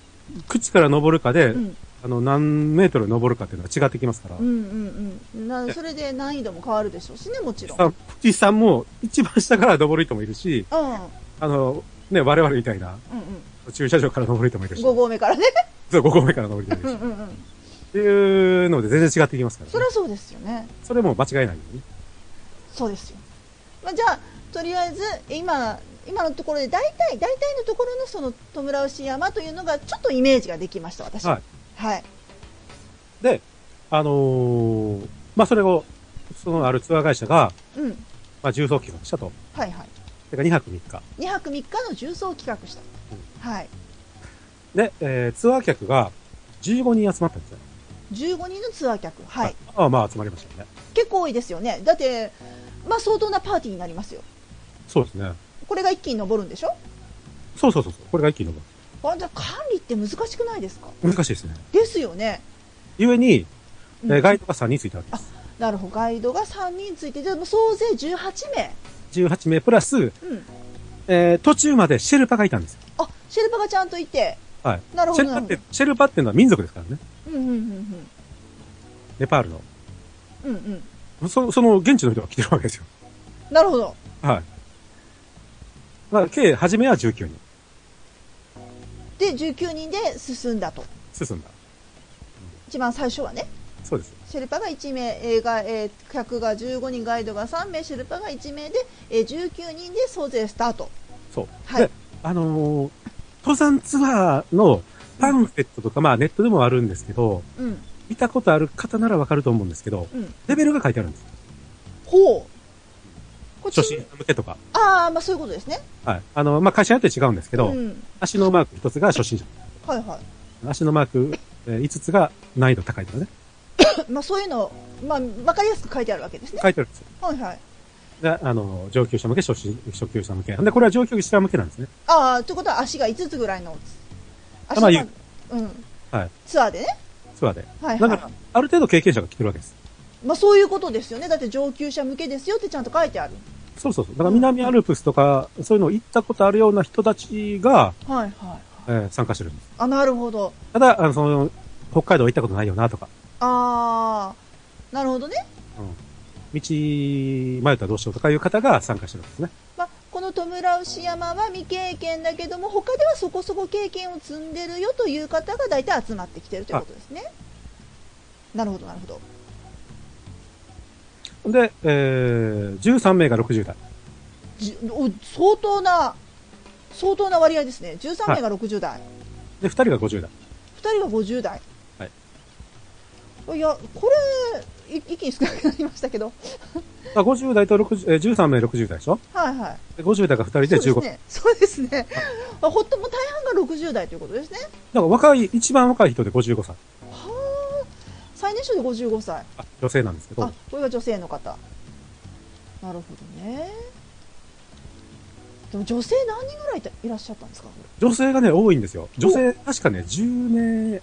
[SPEAKER 3] 口から登るかで、
[SPEAKER 2] うん、
[SPEAKER 3] あの、何メートル登るかっていうのは違ってきますから
[SPEAKER 2] うんう。んうんなそれで難易度も変わるでしょうしねもちろんうん
[SPEAKER 3] さ富士山も一番下から登る人もいるし、
[SPEAKER 2] うん
[SPEAKER 3] あの、ね、我々みたいな駐車場から登る人もいる
[SPEAKER 2] うん
[SPEAKER 3] し、
[SPEAKER 2] 5合目からね
[SPEAKER 3] そう、5合目から登る人
[SPEAKER 2] う
[SPEAKER 3] もい
[SPEAKER 2] ん
[SPEAKER 3] るし、
[SPEAKER 2] うんうん
[SPEAKER 3] っていうので全然違ってきますから、
[SPEAKER 2] そ
[SPEAKER 3] ね
[SPEAKER 2] りゃ。そうですよね
[SPEAKER 3] それも間違いないよね。
[SPEAKER 2] そうですよ、まあ、じゃあとりあえず今今のところで大体大体のところのそのトムラウシ山というのがちょっとイメージができました私
[SPEAKER 3] はい、
[SPEAKER 2] はい
[SPEAKER 3] で、あのーまあ、それを、そのあるツアー会社が、
[SPEAKER 2] うん
[SPEAKER 3] まあ、重曹企画したと。
[SPEAKER 2] はいはい
[SPEAKER 3] てか2泊3日。
[SPEAKER 2] 2泊3日の重曹を企画した、はい
[SPEAKER 3] で、えー、ツアー客が15人集まったんですよ。
[SPEAKER 2] 15人のツアー客はい、
[SPEAKER 3] ああ、まあ集まりましたよね。
[SPEAKER 2] 結構多いですよねだってまあ相当なパーティーになりますよ
[SPEAKER 3] そうですね。
[SPEAKER 2] これが一気に登るんでしょ
[SPEAKER 3] そうそうそうそう。これが一気に登
[SPEAKER 2] あじゃあ管理って難しくないですか
[SPEAKER 3] る。難しいですね。
[SPEAKER 2] ですよね、
[SPEAKER 3] ゆえに、え
[SPEAKER 2] う
[SPEAKER 3] ー
[SPEAKER 2] ん
[SPEAKER 3] ガイドが3人ついたわけです。
[SPEAKER 2] なるほどガイドが3人ついてじゃあもう総勢18名、
[SPEAKER 3] 18名プラス、
[SPEAKER 2] うん、
[SPEAKER 3] えー、途中までシェルパがいたんですよ。
[SPEAKER 2] あシェルパがちゃんといて
[SPEAKER 3] はい。
[SPEAKER 2] なるほ
[SPEAKER 3] シェ
[SPEAKER 2] ど
[SPEAKER 3] ルパ
[SPEAKER 2] な
[SPEAKER 3] っ
[SPEAKER 2] る
[SPEAKER 3] て、シェルパっていうのは民族ですからね。
[SPEAKER 2] ほどうんうんうん
[SPEAKER 3] ネパールの。
[SPEAKER 2] うんうんうん
[SPEAKER 3] そその現地の人が来てるわけですよ。
[SPEAKER 2] なるほど
[SPEAKER 3] はい。まあ、計、初めは19人
[SPEAKER 2] で19人で進んだと
[SPEAKER 3] 進んだ。
[SPEAKER 2] 一番最初はね
[SPEAKER 3] そうです。
[SPEAKER 2] シェルパが1名、えーがえー客が15人ガイドが3名シェルパが1名で、えー19人で総勢スタート
[SPEAKER 3] そう。
[SPEAKER 2] はい
[SPEAKER 3] で、あのー登山ツアーのパンフレットとか、まあネットでもあるんですけど、
[SPEAKER 2] うん
[SPEAKER 3] 見たことある方ならわかると思うんですけど、
[SPEAKER 2] うん
[SPEAKER 3] レベルが書いてあるんです。
[SPEAKER 2] ほうこっち
[SPEAKER 3] 初心者向けとか。
[SPEAKER 2] ああまあそういうことですね
[SPEAKER 3] はい。あの、まあ会社によって違うんですけ
[SPEAKER 2] う
[SPEAKER 3] ど、
[SPEAKER 2] ん
[SPEAKER 3] 足のマーク一つが初心者。
[SPEAKER 2] はいはい
[SPEAKER 3] 足のマーク、え5つが難易度高いとかね。
[SPEAKER 2] まあそういうの、まあ、わかりやすく書いてあるわけですね。
[SPEAKER 3] 書いてあるんですよ。
[SPEAKER 2] はいはい。
[SPEAKER 3] が、あの、上級者向け、初級初級者向け。で、これは上級者向けなんですね。
[SPEAKER 2] ああ、ということは足が5つぐらいの。足
[SPEAKER 3] ま
[SPEAKER 2] が、
[SPEAKER 3] あゆ
[SPEAKER 2] うん。
[SPEAKER 3] はい。
[SPEAKER 2] ツアーでね。
[SPEAKER 3] ツアーで。
[SPEAKER 2] はい
[SPEAKER 3] だ
[SPEAKER 2] は
[SPEAKER 3] から
[SPEAKER 2] い。、
[SPEAKER 3] ある程度経験者が来てるわけです。
[SPEAKER 2] まあそういうことですよね。だって上級者向けですよってちゃんと書いてある。
[SPEAKER 3] そうそうそう。だから南アルプスとか、そういうのを行ったことあるような人たちが、
[SPEAKER 2] はいはい。
[SPEAKER 3] えー参加してるんです。
[SPEAKER 2] あ、なるほど。
[SPEAKER 3] ただ、あの、その、北海道行ったことないよなとか、
[SPEAKER 2] ああ、なるほどね。
[SPEAKER 3] 道迷ったらどうしようとかいう方が参加してるんですね。
[SPEAKER 2] まあ、この戸村牛山は未経験だけども、他ではそこそこ経験を積んでるよという方が大体集まってきてるということですね。なるほど、なるほど。
[SPEAKER 3] で、えー、13名が60代。
[SPEAKER 2] じお相当な、相当な割合ですね。13名が60代、
[SPEAKER 3] で、2人が50代。
[SPEAKER 2] 2人が50代。
[SPEAKER 3] はい
[SPEAKER 2] いや、これ、い一気に少なくなりましたけど。
[SPEAKER 3] あ50代と60、えー13名60代でしょ
[SPEAKER 2] はいはい。
[SPEAKER 3] で ?50 代が2人で
[SPEAKER 2] そうです
[SPEAKER 3] 15代。
[SPEAKER 2] ね。そうですね。あほっとも大半が60代ということですね。
[SPEAKER 3] だから若い、一番若い人で55歳。
[SPEAKER 2] はあ。最年少で55歳。
[SPEAKER 3] あ、女性なんですけど。
[SPEAKER 2] あ、これが女性の方。なるほどね。でも女性何人ぐらいいたいらっしゃったんですかこれ
[SPEAKER 3] 女性がね、多いんですよ。女性、確かね、10名、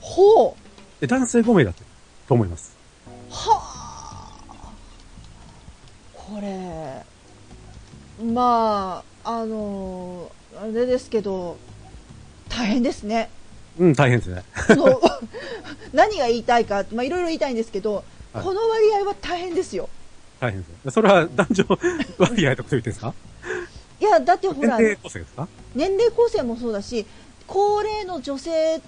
[SPEAKER 2] ほう。
[SPEAKER 3] で、男性5名だったと思います。
[SPEAKER 2] はあ。これ。まあ、あのあれですけど、大変ですね。
[SPEAKER 3] うん、大変ですね。
[SPEAKER 2] その何が言いたいか、まあ、いろいろ言いたいんですけど、
[SPEAKER 3] はい
[SPEAKER 2] この割合は大変ですよ。
[SPEAKER 3] 大変ですね。それは男 女割合とか言ってんですか
[SPEAKER 2] いや、だってほ
[SPEAKER 3] 年
[SPEAKER 2] ら、
[SPEAKER 3] 齢構成ですか
[SPEAKER 2] 年齢構成もそうだし高齢の女性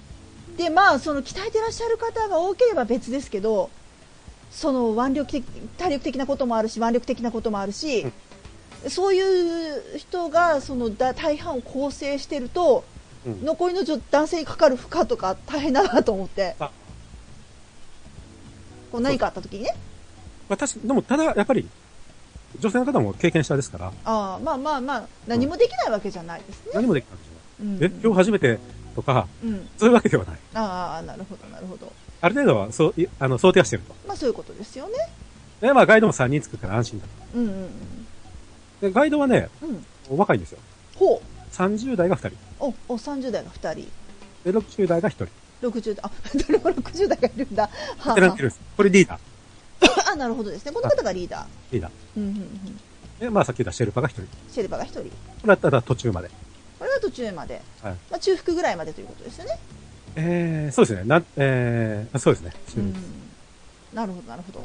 [SPEAKER 2] でまあその鍛えてらっしゃる方が多ければ別ですけどその腕力的体力的なこともあるし腕力的なこともあるし、そういう人がそのだ大半を構成してると
[SPEAKER 3] うん。
[SPEAKER 2] 残りの女男性にかかる負荷とか大変だなと思って
[SPEAKER 3] あ
[SPEAKER 2] こう何かあった時にね
[SPEAKER 3] まあ、確かでも、ただ、やっぱり、女性の方も経験者ですから、
[SPEAKER 2] ああまあまあまあ何もできないわけじゃないですね。
[SPEAKER 3] 何もできないんですよ。
[SPEAKER 2] うん
[SPEAKER 3] え、今日初めてとか、
[SPEAKER 2] うん、
[SPEAKER 3] そういうわけではない。
[SPEAKER 2] ああなるほどなるほど
[SPEAKER 3] ある程度は、そう、いあの、想定はしてると。
[SPEAKER 2] まあそういうことですよね。
[SPEAKER 3] で、まあ、ガイドも3人つくから安心だと。
[SPEAKER 2] うんうん
[SPEAKER 3] で、ガイドはね、
[SPEAKER 2] うんうん
[SPEAKER 3] お若いんですよ。
[SPEAKER 2] ほう
[SPEAKER 3] 30代が2人。
[SPEAKER 2] おお30代が2人
[SPEAKER 3] で、60代が1人。
[SPEAKER 2] 60代あ 誰も60代がいるんだは
[SPEAKER 3] で、なってるんです。これリーダー。
[SPEAKER 2] あなるほどですねこの方がリーダー
[SPEAKER 3] リーダー。
[SPEAKER 2] うんうんうん
[SPEAKER 3] で、まあ、さっき言ったシェルパが1人。こ
[SPEAKER 2] シェルバが1人
[SPEAKER 3] れはただ途中まで。
[SPEAKER 2] これは途中まで、
[SPEAKER 3] はい
[SPEAKER 2] まあ、中腹ぐらいまでということですよね、
[SPEAKER 3] えー、そうですね。な、えー、そうですね。
[SPEAKER 2] うん、なるほどなるほど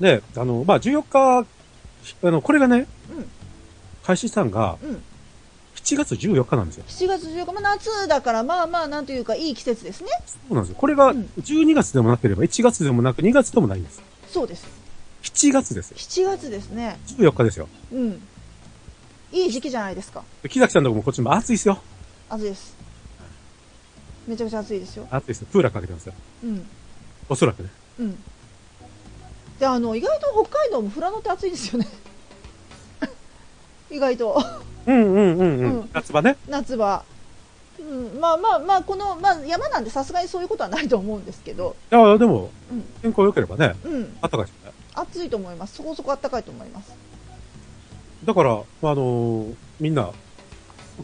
[SPEAKER 3] で、あの、まあ、14日、あの、これがね、
[SPEAKER 2] うん
[SPEAKER 3] 開始したんが、
[SPEAKER 2] うん
[SPEAKER 3] 7月14日なんですよ。
[SPEAKER 2] 7月14日、まあ、夏だからまあまあなんというかいい季節ですね
[SPEAKER 3] そうなんですよ。これが、
[SPEAKER 2] うん
[SPEAKER 3] 12月でもなければ、1月でもなく、2月でもないんです。
[SPEAKER 2] そうです
[SPEAKER 3] 7月ですよ。
[SPEAKER 2] 7月ですね
[SPEAKER 3] 14日ですよ。
[SPEAKER 2] うんいい時期じゃないですか
[SPEAKER 3] で木崎さんのとこもこっちも暑いですよ。
[SPEAKER 2] 暑いですめちゃくちゃ暑いですよ
[SPEAKER 3] 暑いですよ。プーラーかけてますよ。
[SPEAKER 2] うん
[SPEAKER 3] おそらくね。
[SPEAKER 2] うんであの意外と北海道も富良野って暑いですよね 意外と
[SPEAKER 3] うんうんうんうん。
[SPEAKER 2] うん
[SPEAKER 3] 夏場ね。
[SPEAKER 2] 夏場、うん、まあまあまあこの、まあ、山なんでさすがにそういうことはないと思うんですけど、
[SPEAKER 3] いや、でも、
[SPEAKER 2] うん
[SPEAKER 3] 天候良ければね、
[SPEAKER 2] うん、
[SPEAKER 3] 暖かいしね。
[SPEAKER 2] 暑いと思いますそこそこ暖かいと思います
[SPEAKER 3] だから、まああのーみんな、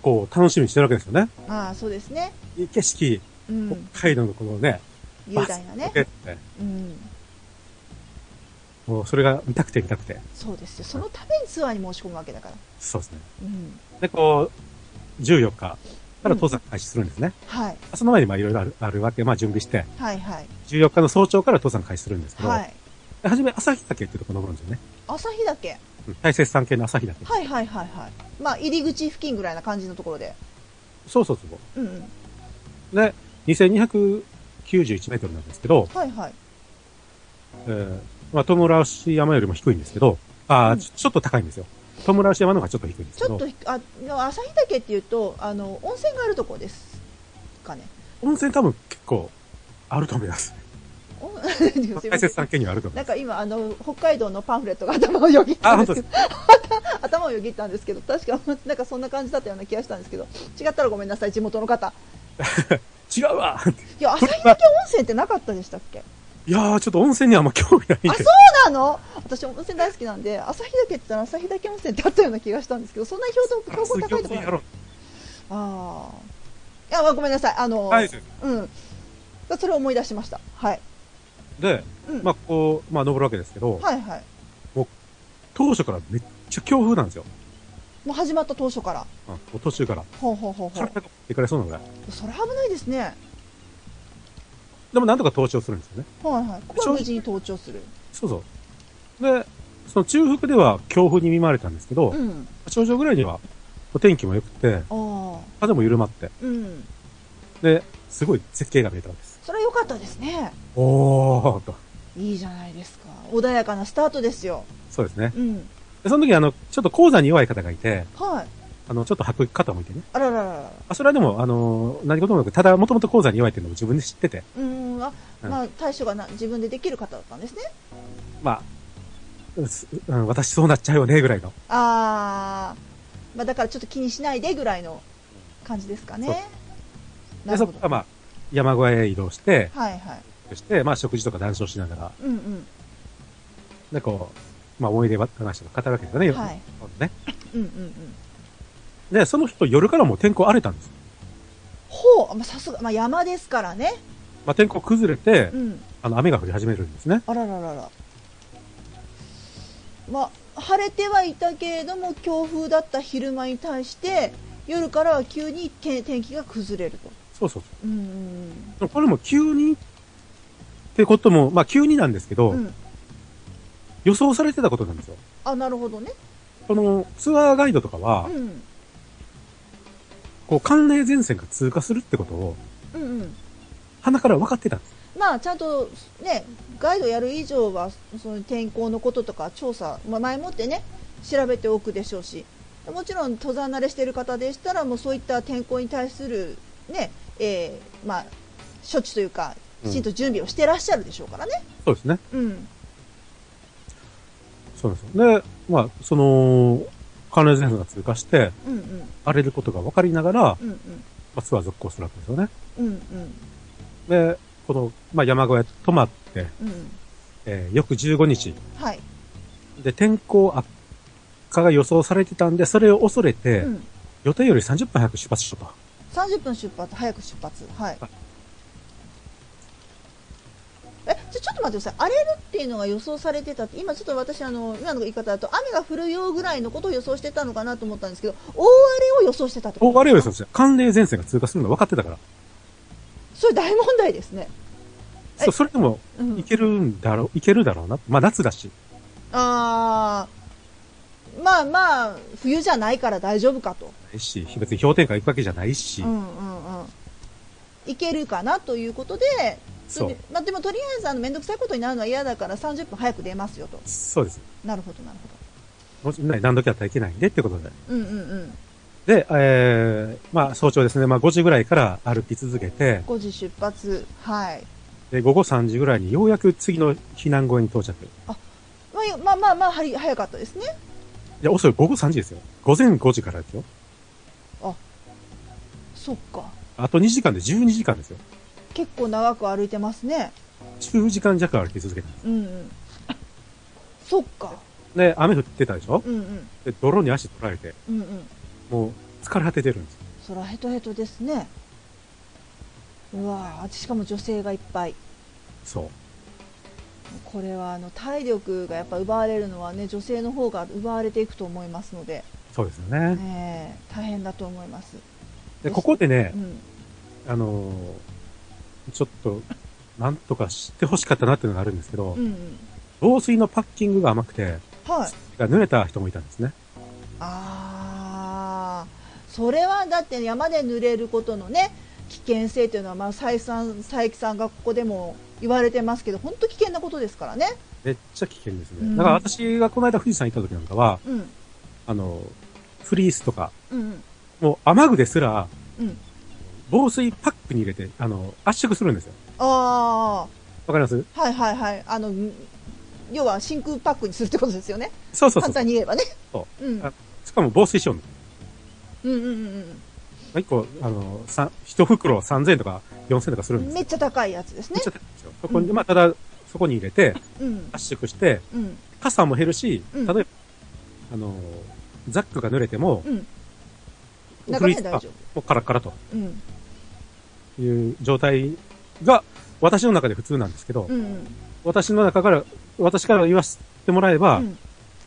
[SPEAKER 3] こう、楽しみにしてるわけですよね。
[SPEAKER 2] ああそうですね
[SPEAKER 3] いい景色、
[SPEAKER 2] うん
[SPEAKER 3] 北海道のこのね、
[SPEAKER 2] 雄大なね
[SPEAKER 3] バスケットね
[SPEAKER 2] うん
[SPEAKER 3] もうそれが見たくて見たくて。
[SPEAKER 2] そうですよそのためにツアーに申し込むわけだから
[SPEAKER 3] そうですね。
[SPEAKER 2] うん
[SPEAKER 3] で、こう、14日から登山開始するんですね。
[SPEAKER 2] はい
[SPEAKER 3] その前にまあいろいろあるあるわけ、まあ準備して、
[SPEAKER 2] はいはい
[SPEAKER 3] 14日の早朝から登山開始するんですけど、
[SPEAKER 2] はい
[SPEAKER 3] で初め旭岳っていうとこ登るんですよね。
[SPEAKER 2] 朝日岳
[SPEAKER 3] うん大雪山系の旭岳。
[SPEAKER 2] はいはいはいはいまあ入り口付近ぐらいな感じのところで
[SPEAKER 3] そうそうそう。
[SPEAKER 2] うんうん
[SPEAKER 3] で、2291メートルなんですけど、
[SPEAKER 2] はいはい
[SPEAKER 3] えー、まあ、トムラウシ山よりも低いんですけど、あー
[SPEAKER 2] うん
[SPEAKER 3] ちょちょっと高いんですよ。トムラウシ山の方がちょっと低いんです
[SPEAKER 2] ち
[SPEAKER 3] け
[SPEAKER 2] ょ
[SPEAKER 3] ど
[SPEAKER 2] っと、ひあ、旭岳っていうと、あの、温泉があるとこですかね。
[SPEAKER 3] 温泉多分結構あると思います。
[SPEAKER 2] お すいません
[SPEAKER 3] 大雪山系にはあると思い
[SPEAKER 2] なん
[SPEAKER 3] ま
[SPEAKER 2] か
[SPEAKER 3] す。
[SPEAKER 2] 今、あの、北海道のパンフレットが頭をよぎった
[SPEAKER 3] あ、
[SPEAKER 2] ん
[SPEAKER 3] 本
[SPEAKER 2] です
[SPEAKER 3] 当で
[SPEAKER 2] け
[SPEAKER 3] す
[SPEAKER 2] ど、。頭をよぎったんですけど、確か、なんかそんな感じだったような気がしたんですけど、違ったらごめんなさい、地元の方。
[SPEAKER 3] 違うわ
[SPEAKER 2] いや、旭岳温泉ってなかったでしたっけ
[SPEAKER 3] いやー、ちょっと温泉にはあんま興味ないん
[SPEAKER 2] あ、
[SPEAKER 3] で
[SPEAKER 2] そう。なの私温泉大好きなんで、旭岳って言ったら旭岳温泉ってあったような気がしたんですけど、そんな標高標高高いところな
[SPEAKER 3] や
[SPEAKER 2] の
[SPEAKER 3] ろう。
[SPEAKER 2] ああ。いや、まあごめんなさい。あの、
[SPEAKER 3] はい。
[SPEAKER 2] うん。それを思い出しました。はい。
[SPEAKER 3] で、
[SPEAKER 2] うん。
[SPEAKER 3] まあ、こう、まあ、登るわけですけど、
[SPEAKER 2] はいはい。
[SPEAKER 3] 当初からめっちゃ強風なんですよ。
[SPEAKER 2] もう始まった当初から。
[SPEAKER 3] うん、もう途中から。
[SPEAKER 2] ほうほうほうほ
[SPEAKER 3] 体
[SPEAKER 2] う。
[SPEAKER 3] が持ってかれそうなぐらい。
[SPEAKER 2] それ危ないですね。
[SPEAKER 3] でも、なんとか登頂するんですよね。
[SPEAKER 2] はいはい。ここは無事に登頂する。
[SPEAKER 3] そうそう。で、その中腹では強風に見舞われたんですけど、
[SPEAKER 2] うん。
[SPEAKER 3] 頂上ぐらいには、お天気も良くて、
[SPEAKER 2] ああ。
[SPEAKER 3] 風も緩まって、
[SPEAKER 2] うん。
[SPEAKER 3] で、すごい絶景が見えたわけです。
[SPEAKER 2] それは良かったですね。
[SPEAKER 3] おーと。
[SPEAKER 2] いいじゃないですか。穏やかなスタートですよ。
[SPEAKER 3] そうですね。
[SPEAKER 2] うん。
[SPEAKER 3] で、その時、あの、ちょっと鉱山に弱い方がいて、
[SPEAKER 2] はい。
[SPEAKER 3] あの、ちょっと吐く方もいてね。
[SPEAKER 2] あらららら。
[SPEAKER 3] あ、それはでも、あの、何事もなく、ただ、もともと鉱山に弱いっていうのを自分で知ってて、
[SPEAKER 2] うーん。あ、
[SPEAKER 3] うん
[SPEAKER 2] まあ、対処がな自分でできる方だったんですね。
[SPEAKER 3] まあ、うすうん、私そうなっちゃうよね、ぐらいの。
[SPEAKER 2] あー。まあ、だからちょっと気にしないでぐらいの感じですかね。な
[SPEAKER 3] で、
[SPEAKER 2] る
[SPEAKER 3] そ
[SPEAKER 2] ほ
[SPEAKER 3] こ
[SPEAKER 2] ど。
[SPEAKER 3] からまあ、山小屋へ移動して、
[SPEAKER 2] はいはい。
[SPEAKER 3] して、まあ、食事とか談笑しながら、
[SPEAKER 2] うんうん。
[SPEAKER 3] で、こう、まあ、思い出話とか語るわけですよね。
[SPEAKER 2] はい。
[SPEAKER 3] ね。
[SPEAKER 2] うんうんうん。
[SPEAKER 3] で、その人、夜からもう天候荒れたんですよ。
[SPEAKER 2] ほう、まあ、さすが、まあ、山ですからね。
[SPEAKER 3] まあ、天候崩れて
[SPEAKER 2] う、ん。
[SPEAKER 3] あの、雨が降り始めるんですね。
[SPEAKER 2] あらららら。まあ、晴れてはいたけれども、強風だった昼間に対して、夜からは急にけ天気が崩れると。
[SPEAKER 3] そうそうそ
[SPEAKER 2] うんうん
[SPEAKER 3] う。でもこれも急に、ってことも、まあ、急になんですけど、
[SPEAKER 2] うん。うん。
[SPEAKER 3] 予想されてたことなんですよ。
[SPEAKER 2] あ、なるほどね。
[SPEAKER 3] この、ツアーガイドとかは
[SPEAKER 2] う、ん。
[SPEAKER 3] こう、寒冷前線が通過するってことを、
[SPEAKER 2] うんうん。
[SPEAKER 3] 鼻から分かってたんです。
[SPEAKER 2] まあ、ちゃんとね、ガイドやる以上は、その天候のこととか調査、まあ、前もってね、調べておくでしょうし、もちろん登山慣れしている方でしたら、もうそういった天候に対するね、えーまあ、処置というか、
[SPEAKER 3] うん
[SPEAKER 2] きちんと準備をしてらっしゃるでしょうからね。
[SPEAKER 3] そうですね。
[SPEAKER 2] うん。
[SPEAKER 3] そうなんですよ。で、まあ、その、寒冷前線が通過して、
[SPEAKER 2] うんうん。
[SPEAKER 3] 荒れることが分かりながら、ま
[SPEAKER 2] うん
[SPEAKER 3] あ、ツアー続行するわけですよね。
[SPEAKER 2] うん。うん
[SPEAKER 3] で、この、まあ、山小屋泊まって、
[SPEAKER 2] うん。うん。
[SPEAKER 3] えー、翌15日。
[SPEAKER 2] はい。
[SPEAKER 3] で、天候悪化が予想されてたんで、それを恐れて、
[SPEAKER 2] うん。
[SPEAKER 3] 予定より30分早く出発しようと。
[SPEAKER 2] 30分出発、早く出発。はい
[SPEAKER 3] はい。
[SPEAKER 2] え、ちょ、ちょっと待ってください。荒れるっていうのが予想されてたって、今ちょっと私、あの、今の言い方だと、雨が降るよぐらいのことを予想してたのかなと思ったんですけど、大荒れを予想してたってこと
[SPEAKER 3] お、あれより
[SPEAKER 2] そ
[SPEAKER 3] そうですね。寒冷前線が通過するの分かってたから。
[SPEAKER 2] それ大問題ですね。え
[SPEAKER 3] そそれでも、
[SPEAKER 2] うん
[SPEAKER 3] い。けるんだろう、いけるだろうな。まあ、夏だし。
[SPEAKER 2] あー、まあまあ、冬じゃないから大丈夫かと。
[SPEAKER 3] ないし、別に氷点下行くわけじゃないし、
[SPEAKER 2] うんうんうん。いけるかなということで、
[SPEAKER 3] そう。
[SPEAKER 2] まあ、でもとりあえずあの面倒くさいことになるのは嫌だから30分早く出ますよと。
[SPEAKER 3] そうです。
[SPEAKER 2] なるほどなる
[SPEAKER 3] もちろん何時だったらいけないんでってことで。
[SPEAKER 2] ほど。うんうんうん。
[SPEAKER 3] で、えー、まあ、早朝ですね。まあ、5時ぐらいから歩き続けて、
[SPEAKER 2] 5時出発、はい。
[SPEAKER 3] で、午後3時ぐらいにようやく次の避難小屋に到着。
[SPEAKER 2] まあよ、まあまあまあ、はり早かったですね。
[SPEAKER 3] いや、遅い、午後3時ですよ。午前5時からですよ。
[SPEAKER 2] そっか。
[SPEAKER 3] あと2時間で12時間ですよ。
[SPEAKER 2] 結構長く歩いてますね。
[SPEAKER 3] 10時間弱歩き続けたんです。
[SPEAKER 2] うんうん。そっか。
[SPEAKER 3] で、雨降ってたでしょ
[SPEAKER 2] うんうん。
[SPEAKER 3] で、泥に足取られて、
[SPEAKER 2] うんうん。
[SPEAKER 3] もう疲れ果ててるんですよ。
[SPEAKER 2] そらヘトヘトですね。うわぁ、しかも女性がいっぱい。
[SPEAKER 3] そう。
[SPEAKER 2] これはあの体力がやっぱ奪われるのはね、女性の方が奪われていくと思いますので、
[SPEAKER 3] そうですよね。
[SPEAKER 2] ええ大変だと思います。
[SPEAKER 3] で、ここでね
[SPEAKER 2] う、ん。
[SPEAKER 3] あのーちょっと、なんとかして欲しかったなっていうのがあるんですけど
[SPEAKER 2] うん、うん。
[SPEAKER 3] 防水のパッキングが甘くて、
[SPEAKER 2] はい。
[SPEAKER 3] 濡れた人もいたんですね。
[SPEAKER 2] ああそれはだって山で濡れることのね危険性というのは、まあ、再三佐伯さんがここでも言われてますけど本当危険なことですからね、
[SPEAKER 3] めっちゃ危険ですね。
[SPEAKER 2] うん
[SPEAKER 3] だから私がこの間富士山行った時なんかは、
[SPEAKER 2] うん、
[SPEAKER 3] あの、フリースとか、
[SPEAKER 2] うんうん
[SPEAKER 3] もう雨具ですら、
[SPEAKER 2] うん
[SPEAKER 3] 防水パックに入れて、あの、圧縮するんですよ。
[SPEAKER 2] あ
[SPEAKER 3] わかります
[SPEAKER 2] あはいはいはいあのん要は真空パックにするってことですよね
[SPEAKER 3] そうそう
[SPEAKER 2] 簡
[SPEAKER 3] そう。
[SPEAKER 2] 単に言えばね、
[SPEAKER 3] そう
[SPEAKER 2] ん、うん
[SPEAKER 3] あしかも防水仕様の。
[SPEAKER 2] うんうん
[SPEAKER 3] 1個、あの、三一袋3000円とか4000円とかす
[SPEAKER 2] う
[SPEAKER 3] るん
[SPEAKER 2] ん
[SPEAKER 3] です
[SPEAKER 2] めっ
[SPEAKER 3] よ。
[SPEAKER 2] ちゃ高いやつです
[SPEAKER 3] め
[SPEAKER 2] ね
[SPEAKER 3] っちゃ高いんですよ。そこに、
[SPEAKER 2] うん
[SPEAKER 3] まあ、ただ、そこに入れて、
[SPEAKER 2] うん
[SPEAKER 3] 圧縮して、
[SPEAKER 2] うん
[SPEAKER 3] 傘も減るし、
[SPEAKER 2] うん
[SPEAKER 3] 例えば、あのー、ザックが濡れても、
[SPEAKER 2] うん
[SPEAKER 3] フ
[SPEAKER 2] 中
[SPEAKER 3] リ
[SPEAKER 2] 身
[SPEAKER 3] ー
[SPEAKER 2] は大
[SPEAKER 3] ズが
[SPEAKER 2] 丈
[SPEAKER 3] もうカラッカラと
[SPEAKER 2] 夫うん
[SPEAKER 3] いう状態が、私の中で普通なんですけど、
[SPEAKER 2] うん
[SPEAKER 3] 私の中から、私から言わせてもらえ
[SPEAKER 2] う
[SPEAKER 3] ば、
[SPEAKER 2] ん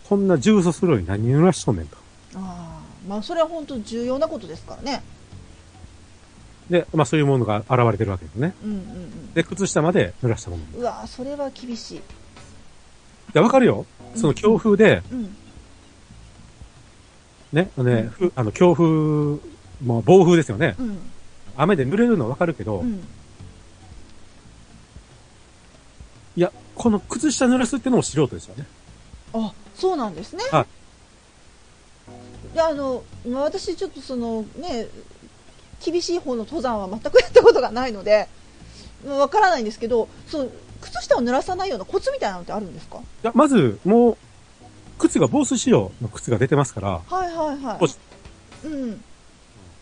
[SPEAKER 3] こんな重曹するのに何濡らしとんねんと。
[SPEAKER 2] ああまあそれは本当重要なことですからね
[SPEAKER 3] で、まあそういうものが現れてるわけですね。
[SPEAKER 2] うんうんうん
[SPEAKER 3] で、靴下まで濡らしたもの。いう
[SPEAKER 2] わーそれは厳しい
[SPEAKER 3] や、わかるよ。その強風で、
[SPEAKER 2] うん
[SPEAKER 3] ね、ね、ふあの、強風、まあ暴風ですよね。
[SPEAKER 2] うん
[SPEAKER 3] 雨で濡れるのはわかるけど、
[SPEAKER 2] うん
[SPEAKER 3] いや、この靴下濡らすってのも素人ですよね。
[SPEAKER 2] あそうなんですね。
[SPEAKER 3] はい
[SPEAKER 2] やあのまあ私ちょっとそのね厳しい方の登山は全くやったことがないのでまあわからないんですけどその靴下を濡らさないようなコツみたいなのってあるんですか
[SPEAKER 3] いや、まず、もう、靴が防水仕様の靴が出てますから、
[SPEAKER 2] はいはいは
[SPEAKER 3] こ
[SPEAKER 2] い。うん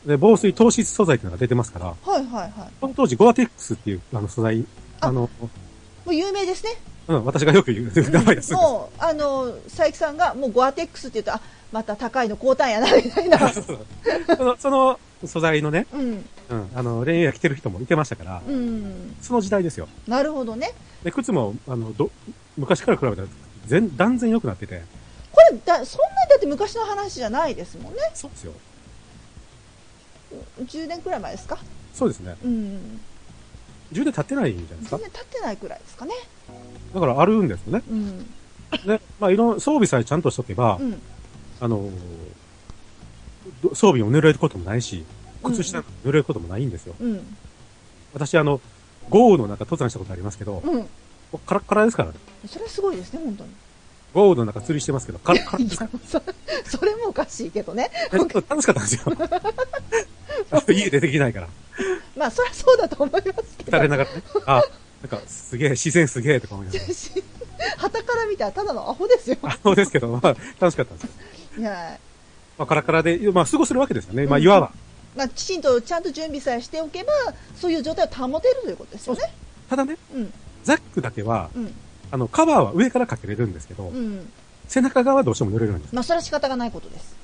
[SPEAKER 3] で防水透湿素材っていうのが出てますから、
[SPEAKER 2] はいはいはい。
[SPEAKER 3] この当時ゴアテックスっていうあの素材、
[SPEAKER 2] あ
[SPEAKER 3] あの、
[SPEAKER 2] もう有名ですね。
[SPEAKER 3] うん、私がよく言う、名前です。そ
[SPEAKER 2] もうあの佐伯さんがもうゴアテックスって言うとあまた高いの高単やなみたい な。
[SPEAKER 3] の、 その素材のね、
[SPEAKER 2] うん
[SPEAKER 3] うん、あの、レイヤー着てる人もいてましたから、
[SPEAKER 2] うん
[SPEAKER 3] その時代ですよ。
[SPEAKER 2] なるほどね。
[SPEAKER 3] で、靴も、あの、ど、昔から比べたら、全、断然良くなってて、
[SPEAKER 2] これだそんなにだって昔の話じゃないですもんね。
[SPEAKER 3] そうですよ。
[SPEAKER 2] 10年くらい前ですか。
[SPEAKER 3] そうですね。
[SPEAKER 2] うん
[SPEAKER 3] 10年経ってないんじゃないです
[SPEAKER 2] そ
[SPEAKER 3] か
[SPEAKER 2] ん。なに経ってないくらいですかね。
[SPEAKER 3] だからあるんですよね。
[SPEAKER 2] うん。
[SPEAKER 3] ね、まあ、いろん、装備さえちゃんとしとけば、
[SPEAKER 2] うん。
[SPEAKER 3] あのーど装備を濡れることもないし、靴下濡れることもないんですよ。
[SPEAKER 2] うん。
[SPEAKER 3] 私、あの、豪雨の中登山したことありますけど、
[SPEAKER 2] うん。
[SPEAKER 3] カラッカラですからね。
[SPEAKER 2] それすごいですね、本当に。
[SPEAKER 3] 豪雨の中釣りしてますけど、カラッカラ
[SPEAKER 2] い
[SPEAKER 3] ですか
[SPEAKER 2] や、そ それもおかしいけどね。
[SPEAKER 3] ら。ちょっと楽しかったんですよ。あと 家出てきないから。
[SPEAKER 2] まあ、そりゃそうだと思いますけど
[SPEAKER 3] 疲れ。ながらね。あ、なんか、すげえ、自然すげえとか思いながら。
[SPEAKER 2] はたから見たらただのアホですよ。
[SPEAKER 3] あそうですけど、まあ、楽しかったんですよ。
[SPEAKER 2] いや、
[SPEAKER 3] まあ、カラカラで、まあ、過ごせるわけですよね。まあ、いわば。
[SPEAKER 2] まあ、きちんとちゃんと準備さえしておけば、そういう状態を保てるということですよね。
[SPEAKER 3] ただね、
[SPEAKER 2] うん。
[SPEAKER 3] ザックだけは、
[SPEAKER 2] うん。
[SPEAKER 3] あの、カバーは上からかけれるんですけど、
[SPEAKER 2] うん。
[SPEAKER 3] 背中側はどうしても濡れるんです。
[SPEAKER 2] まあ、それは仕方がないことです。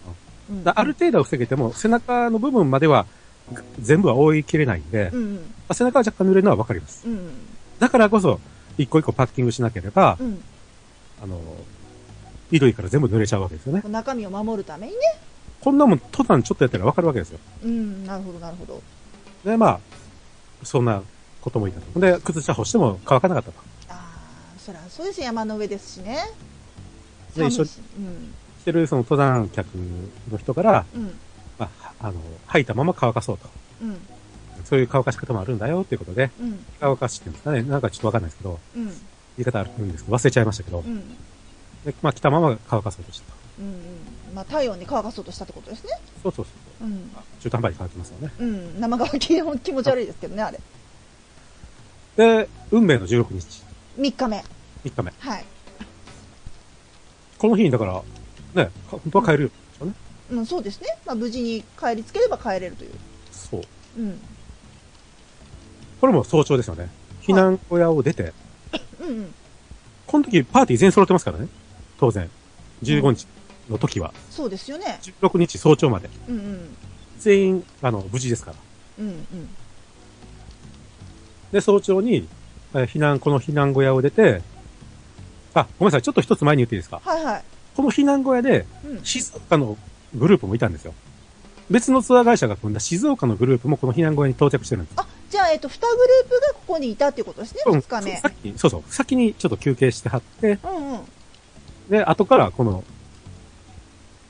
[SPEAKER 2] うん
[SPEAKER 3] だある程度は防げても、背中の部分まではぐ全部は覆いきれないんで、
[SPEAKER 2] うんうん。
[SPEAKER 3] まあ背中は若干濡れるのはわかります。
[SPEAKER 2] うん。
[SPEAKER 3] だからこそ、一個一個パッキングしなければ
[SPEAKER 2] う、ん。
[SPEAKER 3] あの、衣類から全部濡れちゃうわけですよね。
[SPEAKER 2] 中身を守るためにね。
[SPEAKER 3] こんなもん、登山ちょっとやったらわかるわけですよ。
[SPEAKER 2] うん。なるほど、なるほど。
[SPEAKER 3] で、まあ、そんなこともいいかと。で、靴下干しても乾かなかったと。
[SPEAKER 2] ああ、そりゃそうですよ山の上ですしね。
[SPEAKER 3] で、一
[SPEAKER 2] 寒い
[SPEAKER 3] 緒に
[SPEAKER 2] し。うん。
[SPEAKER 3] してるその登山客の人から、
[SPEAKER 2] うん。
[SPEAKER 3] まあ、あの、吐いたまま乾かそうと。
[SPEAKER 2] うん。
[SPEAKER 3] そういう乾かし方もあるんだよっていうことで、
[SPEAKER 2] うん。
[SPEAKER 3] 乾かしっていうんですかね。なんかちょっとわかんないですけど、
[SPEAKER 2] うん。
[SPEAKER 3] 言い方あるんですけど、忘れちゃいましたけど
[SPEAKER 2] う、ん。
[SPEAKER 3] でまあ、着たまま乾かそうとしたと。
[SPEAKER 2] うんうん。まあ、体温に乾かそうとしたってことですね。
[SPEAKER 3] そうそうそう。
[SPEAKER 2] うん。
[SPEAKER 3] 中途半端に乾きますよね。
[SPEAKER 2] うん。生乾き、気持ち悪いですけどね、あれ。
[SPEAKER 3] で、運命の16日、
[SPEAKER 2] 3日目。
[SPEAKER 3] 3日目。
[SPEAKER 2] はい。
[SPEAKER 3] この日にだから、ね、か本当は帰るよ、ね。
[SPEAKER 2] うん、そうですね。まあ、無事に帰りつければ帰れるという。
[SPEAKER 3] そう。
[SPEAKER 2] うん。
[SPEAKER 3] これも早朝ですよね。避難小屋を出て、
[SPEAKER 2] うんうん。
[SPEAKER 3] この時パーティー全員揃ってますからね。当然。15日の時は、
[SPEAKER 2] そうですよね。
[SPEAKER 3] 16日早朝まで。
[SPEAKER 2] うんうん。
[SPEAKER 3] 全員、あの、無事ですから。
[SPEAKER 2] うんうん。
[SPEAKER 3] で、早朝に、えー避難、この避難小屋を出て、あ、ごめんなさい。ちょっと一つ前に言っていいですか。
[SPEAKER 2] はいはい。
[SPEAKER 3] この避難小屋で、
[SPEAKER 2] うん。
[SPEAKER 3] 静岡のグループもいたんですよ。別のツアー会社が組んだ静岡のグループもこの避難小屋に到着してるんです。
[SPEAKER 2] あ、じゃあ、えっと、2グループがここにいたっていうことですね、2日
[SPEAKER 3] うん
[SPEAKER 2] 目
[SPEAKER 3] さ。っき、そうそう、先にちょっと休憩してはって、
[SPEAKER 2] うんうん。
[SPEAKER 3] で、後からこの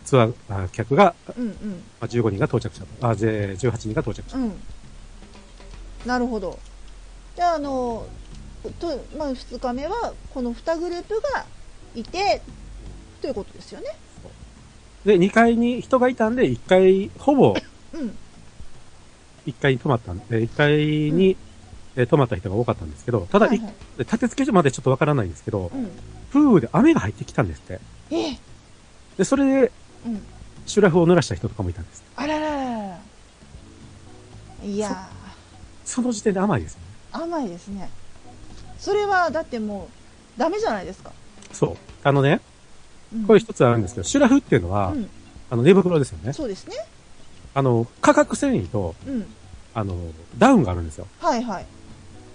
[SPEAKER 3] ツアーあ客が、
[SPEAKER 2] うんうん。
[SPEAKER 3] まあ15人が到着した。あ、で、18人が到着した。
[SPEAKER 2] うん、なるほどじゃああのと、まあ、2日目はこの2グループがいてということですよね
[SPEAKER 3] で、2階に人がいたんで、1階、ほぼ
[SPEAKER 2] うん
[SPEAKER 3] 1階に泊まったんで、1階に、えー泊まった人が多かったんですけど、ただ、
[SPEAKER 2] はい
[SPEAKER 3] い
[SPEAKER 2] はい
[SPEAKER 3] 立て付け所までちょっとわからないんですけど、
[SPEAKER 2] うん
[SPEAKER 3] プールで雨が入ってきたんですって。
[SPEAKER 2] ええ
[SPEAKER 3] で、それで、
[SPEAKER 2] うん
[SPEAKER 3] シュラフを濡らした人とかもいたんです。
[SPEAKER 2] あらららららいや
[SPEAKER 3] その時点で甘いですよね。
[SPEAKER 2] ー甘いですねそれはだってもうダメじゃないですか、
[SPEAKER 3] そう。あのね、
[SPEAKER 2] うん
[SPEAKER 3] これ一つあるんですけど、シュラフっていうのは、
[SPEAKER 2] うん、
[SPEAKER 3] あの、寝袋ですよね。
[SPEAKER 2] そうですね
[SPEAKER 3] あの、化学繊維と、
[SPEAKER 2] うん
[SPEAKER 3] あの、ダウンがあるんですよ。
[SPEAKER 2] はいはい